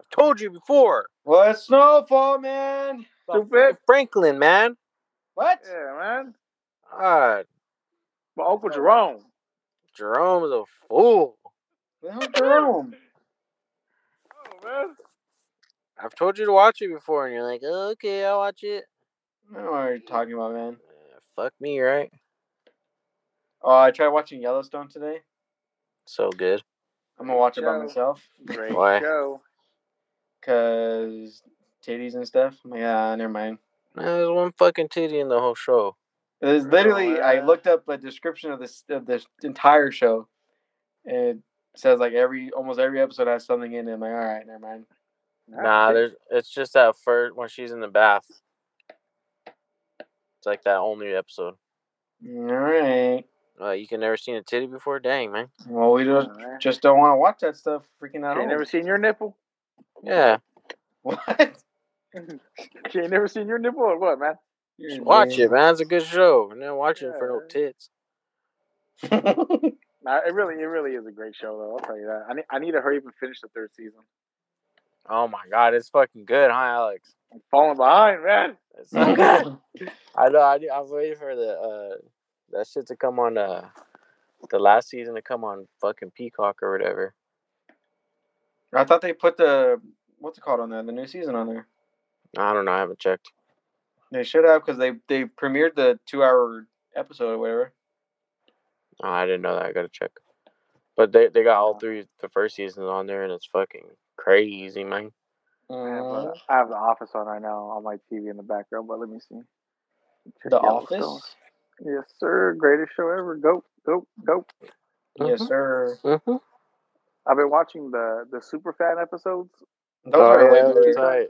[SPEAKER 3] I've told you before.
[SPEAKER 2] What Snowfall, man?
[SPEAKER 3] about
[SPEAKER 1] Stupid.
[SPEAKER 3] frickin' Franklin, man.
[SPEAKER 2] What?
[SPEAKER 1] Yeah, man.
[SPEAKER 3] Ah,
[SPEAKER 1] My Uncle Jerome.
[SPEAKER 3] Jerome's a fool.
[SPEAKER 2] The hell, Jerome?
[SPEAKER 1] Oh, man.
[SPEAKER 3] I've told you to watch it before, and you're like, okay, I'll watch it.
[SPEAKER 2] I don't know what you're talking about, man.
[SPEAKER 3] Uh, fuck me, right?
[SPEAKER 2] Oh, I tried watching Yellowstone today.
[SPEAKER 3] So good.
[SPEAKER 2] I'm gonna watch it by
[SPEAKER 1] Joe.
[SPEAKER 2] myself
[SPEAKER 1] Great
[SPEAKER 3] Why?
[SPEAKER 1] show.
[SPEAKER 2] because titties and stuff. I'm like, ah, never mind.
[SPEAKER 3] Man, There's one fucking titty in the whole show.
[SPEAKER 2] There's literally, I
[SPEAKER 1] man.
[SPEAKER 2] looked up a description of this of this entire show, and it says like every almost every episode has something in it. I'm like, all right, never mind.
[SPEAKER 3] Nah, there's. It's just that first when she's in the bath. It's like that only episode.
[SPEAKER 2] All right.
[SPEAKER 3] Uh, you can never seen a titty before? Dang, man.
[SPEAKER 2] Well, we
[SPEAKER 1] Oh,
[SPEAKER 2] just
[SPEAKER 1] man.
[SPEAKER 2] just don't want to watch that stuff. Freaking out.
[SPEAKER 1] Can't never seen your nipple.
[SPEAKER 3] Yeah,
[SPEAKER 2] What?
[SPEAKER 1] Can't never seen your nipple or what, man?
[SPEAKER 3] just watch it, man. It's a good show. And then watch it for no
[SPEAKER 1] Yeah.
[SPEAKER 3] tits.
[SPEAKER 2] man.
[SPEAKER 1] Nah, it really, it really is a great show, though. I'll tell you that. I need, I need to hurry up and finish the third season.
[SPEAKER 3] Oh my god, it's fucking good, huh, Alex?
[SPEAKER 1] I'm falling behind, man.
[SPEAKER 3] It's
[SPEAKER 2] Oh
[SPEAKER 3] so good. I know. I, I was waiting for the uh, that shit to come on uh, the last season to come on fucking Peacock or whatever.
[SPEAKER 2] I thought they put the what's it called on there, the new season on there.
[SPEAKER 3] I don't know. I haven't checked.
[SPEAKER 2] They should have because they they premiered the two hour episode or whatever.
[SPEAKER 3] Oh, I didn't know that. I gotta check. But they they got all
[SPEAKER 1] Yeah.
[SPEAKER 3] three the first seasons on there, and it's fucking crazy, man.
[SPEAKER 1] I have, uh,
[SPEAKER 2] Mm,
[SPEAKER 1] I have the office on right now on my TV in the background, but let me see. Check
[SPEAKER 2] the
[SPEAKER 1] Yellowstone.
[SPEAKER 2] Office.
[SPEAKER 1] Yes, sir. Greatest show ever. Go, go, go.
[SPEAKER 2] Yes, sir.
[SPEAKER 3] Mm-hmm.
[SPEAKER 1] I've been watching the the super fan episodes,
[SPEAKER 2] Those
[SPEAKER 3] oh,
[SPEAKER 2] are way
[SPEAKER 3] yeah,
[SPEAKER 2] better.
[SPEAKER 3] that's right.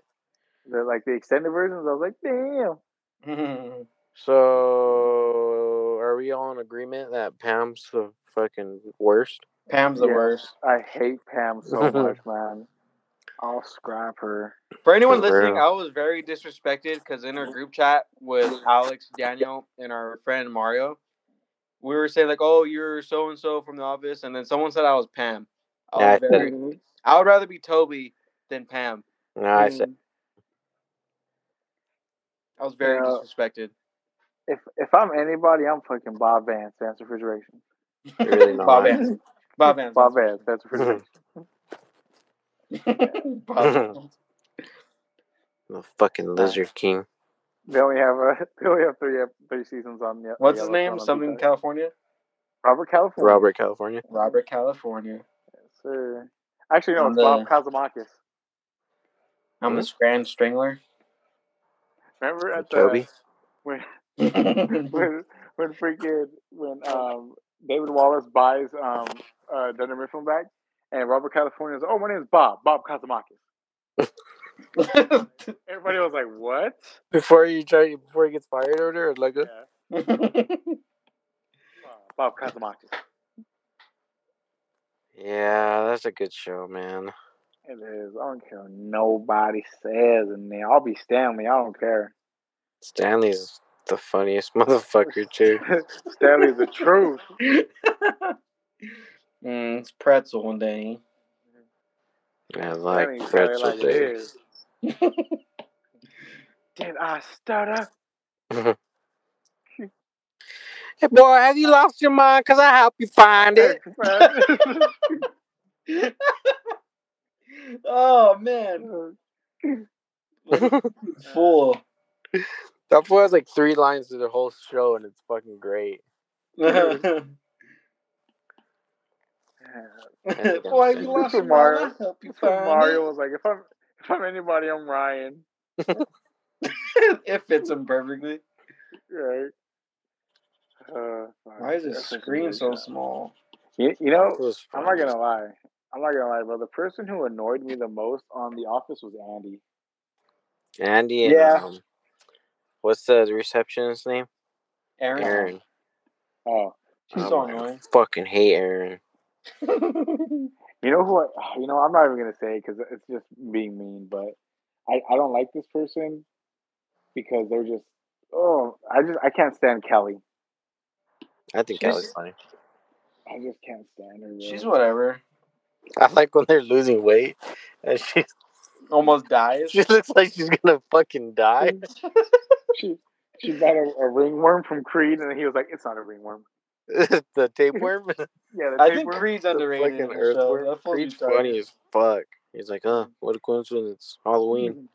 [SPEAKER 1] the like the extended versions. I was like, damn.
[SPEAKER 2] Mhm.
[SPEAKER 3] So, are we we all in agreement that Pam's the fucking worst?
[SPEAKER 2] Pam's the
[SPEAKER 1] Yeah.
[SPEAKER 2] worst.
[SPEAKER 1] I hate Pam so much, man. I'll scrap her.
[SPEAKER 2] For anyone
[SPEAKER 3] For
[SPEAKER 2] listening,
[SPEAKER 3] real.
[SPEAKER 2] I was very disrespected because in our group chat with Alex, Daniel, and our friend Mario, we were saying like, "Oh, you're so and so from the office," and then someone said I was Pam. I
[SPEAKER 3] Yeah,
[SPEAKER 2] was
[SPEAKER 3] I said
[SPEAKER 2] very. I would rather be Toby than Pam.
[SPEAKER 3] No, I said
[SPEAKER 2] I was very
[SPEAKER 1] Yeah.
[SPEAKER 2] disrespected.
[SPEAKER 1] If if I'm anybody, I'm fucking Bob Vance, Vance Refrigeration.
[SPEAKER 3] you're really not.
[SPEAKER 2] Bob Vance. Bob Vance.
[SPEAKER 1] Bob Vance, Vance Refrigeration.
[SPEAKER 2] Bob Vance.
[SPEAKER 3] The fucking Lizard King.
[SPEAKER 1] they only have a, they only have three ep- three seasons on the.
[SPEAKER 2] What's
[SPEAKER 1] the
[SPEAKER 2] his
[SPEAKER 1] yellow
[SPEAKER 2] name?
[SPEAKER 1] phone on
[SPEAKER 2] Something
[SPEAKER 1] Peacock.
[SPEAKER 2] California.
[SPEAKER 1] Robert California.
[SPEAKER 3] Robert California.
[SPEAKER 2] Robert California.
[SPEAKER 1] Yes, sir. Actually, no,
[SPEAKER 2] On
[SPEAKER 1] it's
[SPEAKER 2] the-
[SPEAKER 1] Bob Cosmakis.
[SPEAKER 2] I'm the Grand Strangler.
[SPEAKER 1] Remember at the
[SPEAKER 3] Toby.
[SPEAKER 1] when
[SPEAKER 2] Dunder
[SPEAKER 1] when when freaking when um David Wallace buys um uh Dunder Mifflin back and Robert California's oh my name's Bob Bob Cosmakis. Everybody was like, "What?"
[SPEAKER 3] Before you try, before he gets fired or whatever, like uh.
[SPEAKER 1] Yeah, Bob Cosmakis.
[SPEAKER 3] yeah, that's a good show, man.
[SPEAKER 1] It is. I don't care. what Nobody says, and then I'll be Stanley. I don't care.
[SPEAKER 3] Stanley's the funniest motherfucker too.
[SPEAKER 1] Stanley's the truth.
[SPEAKER 2] Mm, it's pretzel and Danny.
[SPEAKER 3] I
[SPEAKER 1] Stanley
[SPEAKER 3] like
[SPEAKER 1] tell it
[SPEAKER 3] pretzel
[SPEAKER 1] like it
[SPEAKER 3] days.
[SPEAKER 1] is. Did I stutter?
[SPEAKER 3] Hey boy, have you lost your mind? Cause I help you find it.
[SPEAKER 2] Oh man, fool!
[SPEAKER 3] That fool has like three lines to the whole show, and it's fucking great.
[SPEAKER 2] Why have you lost your
[SPEAKER 1] Mario.
[SPEAKER 2] mind? I help you find
[SPEAKER 1] Mario was like, "If I'm if I'm anybody, I'm Ryan."
[SPEAKER 2] it. it fits him perfectly.
[SPEAKER 1] Right. Uh,
[SPEAKER 2] Why is his
[SPEAKER 1] that's such a
[SPEAKER 2] screen
[SPEAKER 1] good
[SPEAKER 2] so
[SPEAKER 1] job.
[SPEAKER 2] small?
[SPEAKER 1] You, you know,
[SPEAKER 3] was
[SPEAKER 1] Oh, I'm not gonna lie. I'm not gonna lie, bro. The person who annoyed me the most on The Office was Andy.
[SPEAKER 3] Andy and
[SPEAKER 1] Yeah.
[SPEAKER 3] um, what's the receptionist's name?
[SPEAKER 2] Aaron,
[SPEAKER 3] Aaron.
[SPEAKER 1] Oh,
[SPEAKER 2] she's
[SPEAKER 3] Oh
[SPEAKER 2] so
[SPEAKER 3] my
[SPEAKER 2] annoying.
[SPEAKER 3] Fucking hate Aaron.
[SPEAKER 1] you know who? I, oh, you know, I'm not even gonna say because it's just being mean. But I, I don't like this person because they're just. Oh, I just I can't stand Kelly.
[SPEAKER 3] I think that
[SPEAKER 2] She's-
[SPEAKER 3] was funny.
[SPEAKER 1] I just can't stand her. bro.
[SPEAKER 2] she's whatever.
[SPEAKER 3] I like when they're losing weight, and she
[SPEAKER 2] Almost dies.
[SPEAKER 3] she looks like she's gonna fucking die.
[SPEAKER 1] she she bought a, a ringworm from Creed, and he was like, "It's not a ringworm."
[SPEAKER 3] the tapeworm.
[SPEAKER 1] Yeah, the
[SPEAKER 2] I think
[SPEAKER 1] tapeworm-
[SPEAKER 2] Creed's
[SPEAKER 3] the
[SPEAKER 2] underrated in
[SPEAKER 3] fucking
[SPEAKER 2] the show.
[SPEAKER 3] earthworm.
[SPEAKER 2] That fool's
[SPEAKER 3] Creed's
[SPEAKER 2] retarded.
[SPEAKER 3] funny as fuck. He's like, huh, what a coincidence. It's
[SPEAKER 1] Mm-hmm.
[SPEAKER 3] Halloween.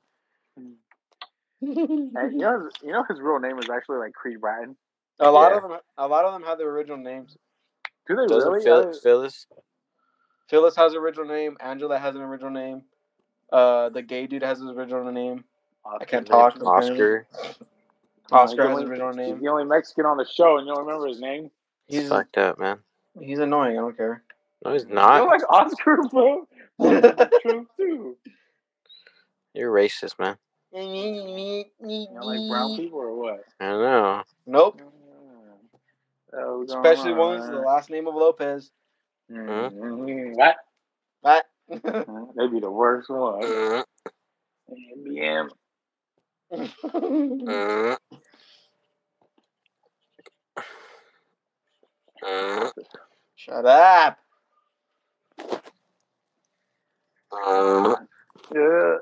[SPEAKER 1] And you know, his- you know, his real name is actually like Creed Bratton.
[SPEAKER 2] A lot
[SPEAKER 3] Yeah.
[SPEAKER 2] of them, a lot of them have their original names.
[SPEAKER 1] Do they
[SPEAKER 3] Doesn't
[SPEAKER 1] really?
[SPEAKER 3] Phil-
[SPEAKER 1] I-
[SPEAKER 3] Phyllis?
[SPEAKER 2] Phyllis has an original name. Angela has an original name. Uh, the gay dude has his original name. I can't talk. Oscar
[SPEAKER 3] Oscar.
[SPEAKER 1] he's
[SPEAKER 2] has his
[SPEAKER 1] the only-
[SPEAKER 2] original
[SPEAKER 1] He's
[SPEAKER 2] name.
[SPEAKER 1] the only Mexican on the show, and you don't remember his name.
[SPEAKER 3] He's
[SPEAKER 2] He's
[SPEAKER 3] fucked up, man.
[SPEAKER 2] he's annoying. I don't care.
[SPEAKER 3] No, he's
[SPEAKER 1] You don't
[SPEAKER 3] not.
[SPEAKER 1] like Oscar, bro. Bro, the truth too.
[SPEAKER 3] You're racist, man.
[SPEAKER 1] You don't like brown people or what? Mm-hmm.
[SPEAKER 3] I know.
[SPEAKER 2] Nope.
[SPEAKER 1] Oh, go
[SPEAKER 2] Especially
[SPEAKER 1] on,
[SPEAKER 2] ones with the
[SPEAKER 1] man.
[SPEAKER 2] last name of Lopez.
[SPEAKER 1] Mm, What?
[SPEAKER 2] That
[SPEAKER 1] They'd be the worst one.
[SPEAKER 3] Uh,
[SPEAKER 1] NBM.
[SPEAKER 3] uh, uh,
[SPEAKER 2] Shut up.
[SPEAKER 3] uh.
[SPEAKER 1] Yeah.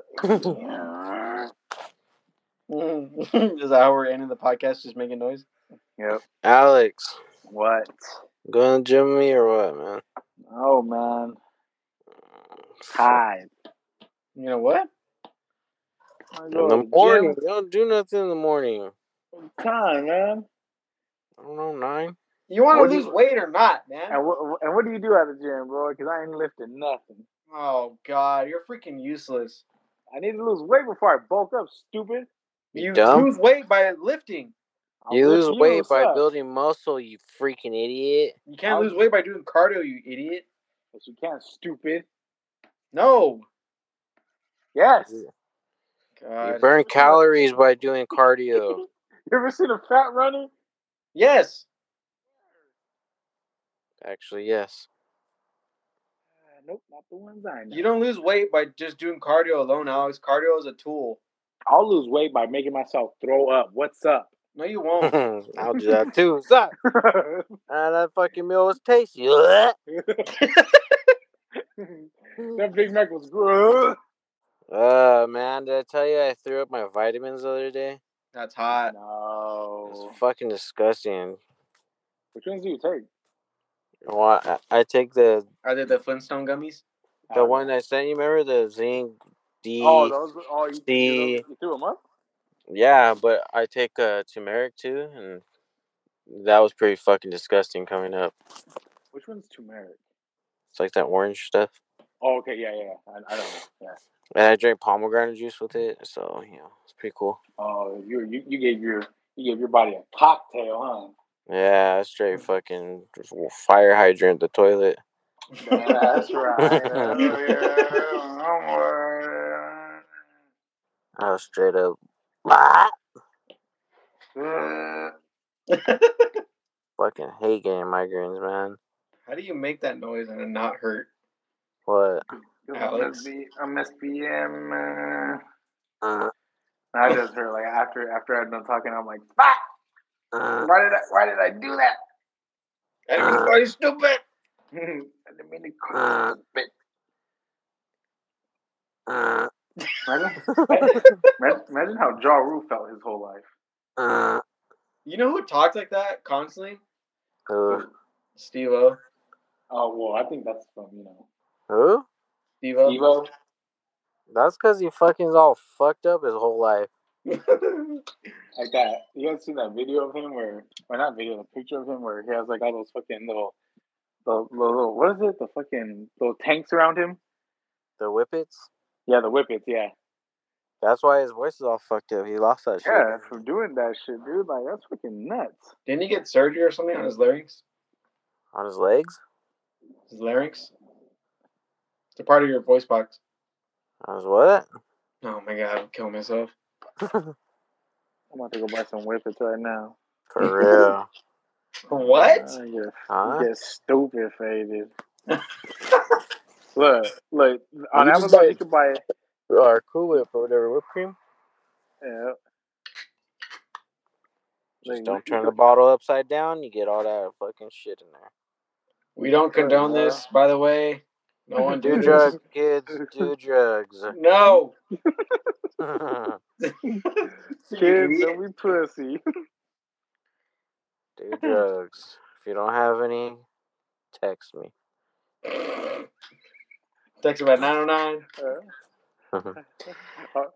[SPEAKER 2] Is that how we're ending the podcast? Just making noise.
[SPEAKER 1] Yep.
[SPEAKER 3] Alex,
[SPEAKER 1] What?
[SPEAKER 3] going to the gym with me or what, man?
[SPEAKER 1] Oh man. Hi.
[SPEAKER 2] You know what?
[SPEAKER 1] I
[SPEAKER 3] In the
[SPEAKER 1] go
[SPEAKER 3] morning.
[SPEAKER 1] to
[SPEAKER 3] You don't do nothing in the morning.
[SPEAKER 1] gym time, man.
[SPEAKER 3] I don't know, nine?
[SPEAKER 2] You want
[SPEAKER 1] What
[SPEAKER 2] to
[SPEAKER 1] do
[SPEAKER 2] lose
[SPEAKER 1] you-
[SPEAKER 2] weight or not, man?
[SPEAKER 1] And what? And what do you do at the gym, bro? Because I ain't lifting nothing.
[SPEAKER 2] Oh God, you're freaking useless.
[SPEAKER 1] I need to lose weight before I bulk up, stupid.
[SPEAKER 3] You
[SPEAKER 2] You
[SPEAKER 3] dumb.
[SPEAKER 2] lose weight by lifting.
[SPEAKER 1] I'll
[SPEAKER 3] You
[SPEAKER 1] lift
[SPEAKER 3] lose weight
[SPEAKER 1] what's
[SPEAKER 3] by
[SPEAKER 1] up?
[SPEAKER 3] building muscle, you freaking idiot.
[SPEAKER 2] You can't
[SPEAKER 1] I'll-
[SPEAKER 2] lose weight by doing cardio, you idiot.
[SPEAKER 1] But you can't, stupid.
[SPEAKER 2] No.
[SPEAKER 1] Yes.
[SPEAKER 3] You
[SPEAKER 2] God.
[SPEAKER 3] you burn calories by doing cardio.
[SPEAKER 1] You ever seen a fat runner?
[SPEAKER 2] Yes.
[SPEAKER 3] Actually, yes.
[SPEAKER 1] Uh, nope, not the ones I know.
[SPEAKER 2] You don't lose weight by just doing cardio alone, Alex. Cardio is a tool.
[SPEAKER 1] I'll lose weight by making myself throw up. What's up?
[SPEAKER 2] No, you won't.
[SPEAKER 1] Oh.
[SPEAKER 3] I'll do that too. Suck. And that fucking meal was tasty.
[SPEAKER 1] that Big Mac was gross.
[SPEAKER 3] Uh man, did I tell you I threw up my vitamins the other day?
[SPEAKER 2] That's hot.
[SPEAKER 3] It's
[SPEAKER 1] No.
[SPEAKER 3] fucking disgusting.
[SPEAKER 1] Which ones do you take?
[SPEAKER 3] Well, I, I take the
[SPEAKER 2] Are they the Flintstone gummies?
[SPEAKER 3] the
[SPEAKER 1] Oh,
[SPEAKER 3] one I sent you. Remember the zinc D?
[SPEAKER 1] Oh, those. Oh, you, you, threw
[SPEAKER 3] D.
[SPEAKER 1] those- you threw them up.
[SPEAKER 3] Yeah, but I take uh, turmeric too, and that was pretty fucking disgusting coming up.
[SPEAKER 1] Which one's turmeric?
[SPEAKER 3] It's like that orange stuff.
[SPEAKER 1] Oh, okay, yeah, yeah, yeah. I, I don't know. Yeah.
[SPEAKER 3] And I drank pomegranate juice with it, so you know it's pretty cool.
[SPEAKER 1] Oh, you, you you gave your you gave your body a cocktail,
[SPEAKER 3] Yeah,
[SPEAKER 1] Mm.
[SPEAKER 3] straight fucking fire hydrant the toilet.
[SPEAKER 1] huh? That's right. Oh, yeah.
[SPEAKER 3] I was straight up. Fucking hate getting migraines, man.
[SPEAKER 2] How do you make that noise and it not hurt?
[SPEAKER 3] What?
[SPEAKER 2] Alex.
[SPEAKER 1] I'm SBM. Mm.
[SPEAKER 3] Uh,
[SPEAKER 1] I just heard like after after I'd done talking, I'm like, "Fuck!
[SPEAKER 3] uh,
[SPEAKER 1] Why did I why did I do that? Ah.
[SPEAKER 2] Everybody's stupid.
[SPEAKER 1] I didn't mean to call this bitch."
[SPEAKER 3] uh,
[SPEAKER 1] Imagine, imagine, imagine how Ja Rule felt his whole life.
[SPEAKER 3] uh.
[SPEAKER 2] You know who talks like that constantly?
[SPEAKER 3] Who?
[SPEAKER 2] Steve O.
[SPEAKER 1] Oh well, I think that's from you know.
[SPEAKER 3] Who?
[SPEAKER 2] Steve O.
[SPEAKER 1] Evo.
[SPEAKER 3] That's because he fucking's all fucked up his whole life.
[SPEAKER 1] like that. You guys seen that video of him where, or not video, the picture of him where he has like all those fucking little, the the little, what is it? The fucking little tanks around him.
[SPEAKER 3] The whippets.
[SPEAKER 1] Yeah, the whippets. Yeah,
[SPEAKER 3] That's why his voice is all fucked up. He lost that shit.
[SPEAKER 1] yeah, from doing that shit, dude. Like that's fucking nuts.
[SPEAKER 2] Didn't he get surgery or something on his larynx?
[SPEAKER 3] On his legs?
[SPEAKER 2] His larynx? It's a part of your voice box.
[SPEAKER 3] On his what?
[SPEAKER 2] Oh my god, I'm killing myself.
[SPEAKER 1] I'm about to go buy some whippets right now.
[SPEAKER 3] For real.
[SPEAKER 2] What?
[SPEAKER 1] I get,
[SPEAKER 3] Huh?
[SPEAKER 1] get stupid faded. look, look on
[SPEAKER 3] You just
[SPEAKER 1] Amazon
[SPEAKER 3] buy-
[SPEAKER 1] you can buy.
[SPEAKER 3] Or Cool Whip or whatever. Whipped cream?
[SPEAKER 1] Yeah,
[SPEAKER 3] Just
[SPEAKER 1] Like,
[SPEAKER 3] don't
[SPEAKER 1] you
[SPEAKER 3] turn the bottle upside down. You get all that fucking shit in there.
[SPEAKER 2] We don't condone this, by the way. No one do
[SPEAKER 3] Do
[SPEAKER 2] drugs.
[SPEAKER 3] drugs, kids. Do drugs.
[SPEAKER 2] No.
[SPEAKER 3] do
[SPEAKER 1] Kids, don't be pussy.
[SPEAKER 3] drugs. If you don't have any, text me.
[SPEAKER 2] Text about 909.
[SPEAKER 1] I'll,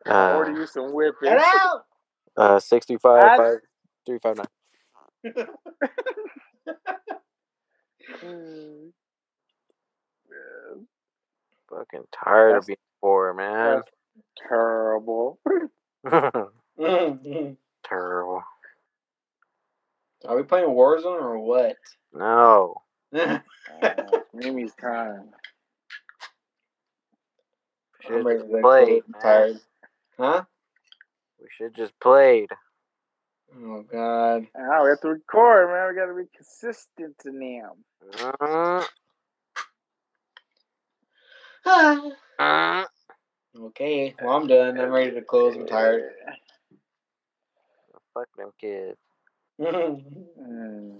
[SPEAKER 1] I'll order
[SPEAKER 3] Uh,
[SPEAKER 1] you some whippets.
[SPEAKER 2] Hello!
[SPEAKER 3] uh, 65
[SPEAKER 1] Add-
[SPEAKER 3] five, 359.
[SPEAKER 1] Mm. Yeah,
[SPEAKER 3] Fucking tired
[SPEAKER 1] That's-
[SPEAKER 3] of being poor, man.
[SPEAKER 1] that's terrible.
[SPEAKER 2] Mhm.
[SPEAKER 3] Terrible.
[SPEAKER 2] Are we playing Warzone or what?
[SPEAKER 3] No.
[SPEAKER 2] I'm
[SPEAKER 1] Uh, Mimi's time.
[SPEAKER 3] Should
[SPEAKER 2] ready to go.
[SPEAKER 3] played,
[SPEAKER 2] I'm
[SPEAKER 3] man.
[SPEAKER 2] tired. Huh?
[SPEAKER 3] We should just played.
[SPEAKER 2] Oh god.
[SPEAKER 1] Now we have to record, man. We got to be consistent in them.
[SPEAKER 3] Uh, uh,
[SPEAKER 2] okay. Well I'm done. I'm ready to close. I'm tired.
[SPEAKER 3] fuck them kids.
[SPEAKER 2] Any
[SPEAKER 1] Mm.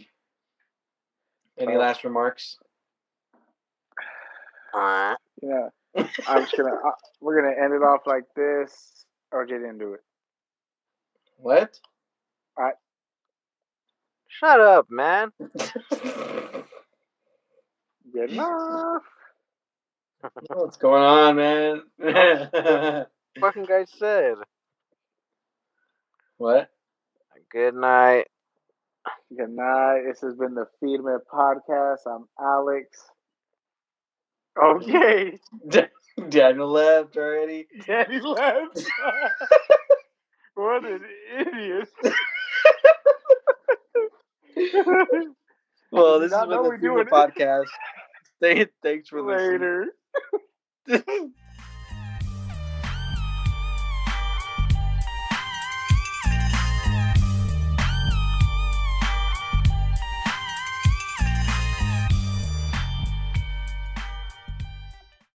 [SPEAKER 2] last remarks?
[SPEAKER 3] Uh,
[SPEAKER 1] You know, I'm just gonna. I, we're gonna end it off like this. OJ didn't do it.
[SPEAKER 2] What?
[SPEAKER 3] shut up, man.
[SPEAKER 1] Good enough.
[SPEAKER 2] What's going on, man?
[SPEAKER 3] Fucking guy said.
[SPEAKER 2] what?
[SPEAKER 3] Good night.
[SPEAKER 1] Good night. This has been the Feed Me podcast. I'm Alex. Okay,
[SPEAKER 2] Daniel left already.
[SPEAKER 1] Daddy left. what an idiot.
[SPEAKER 2] Well, this has
[SPEAKER 1] Not
[SPEAKER 2] been the
[SPEAKER 1] know we
[SPEAKER 2] Fever
[SPEAKER 1] doing it.
[SPEAKER 2] Podcast. Thank- Thanks for listening.
[SPEAKER 1] Later.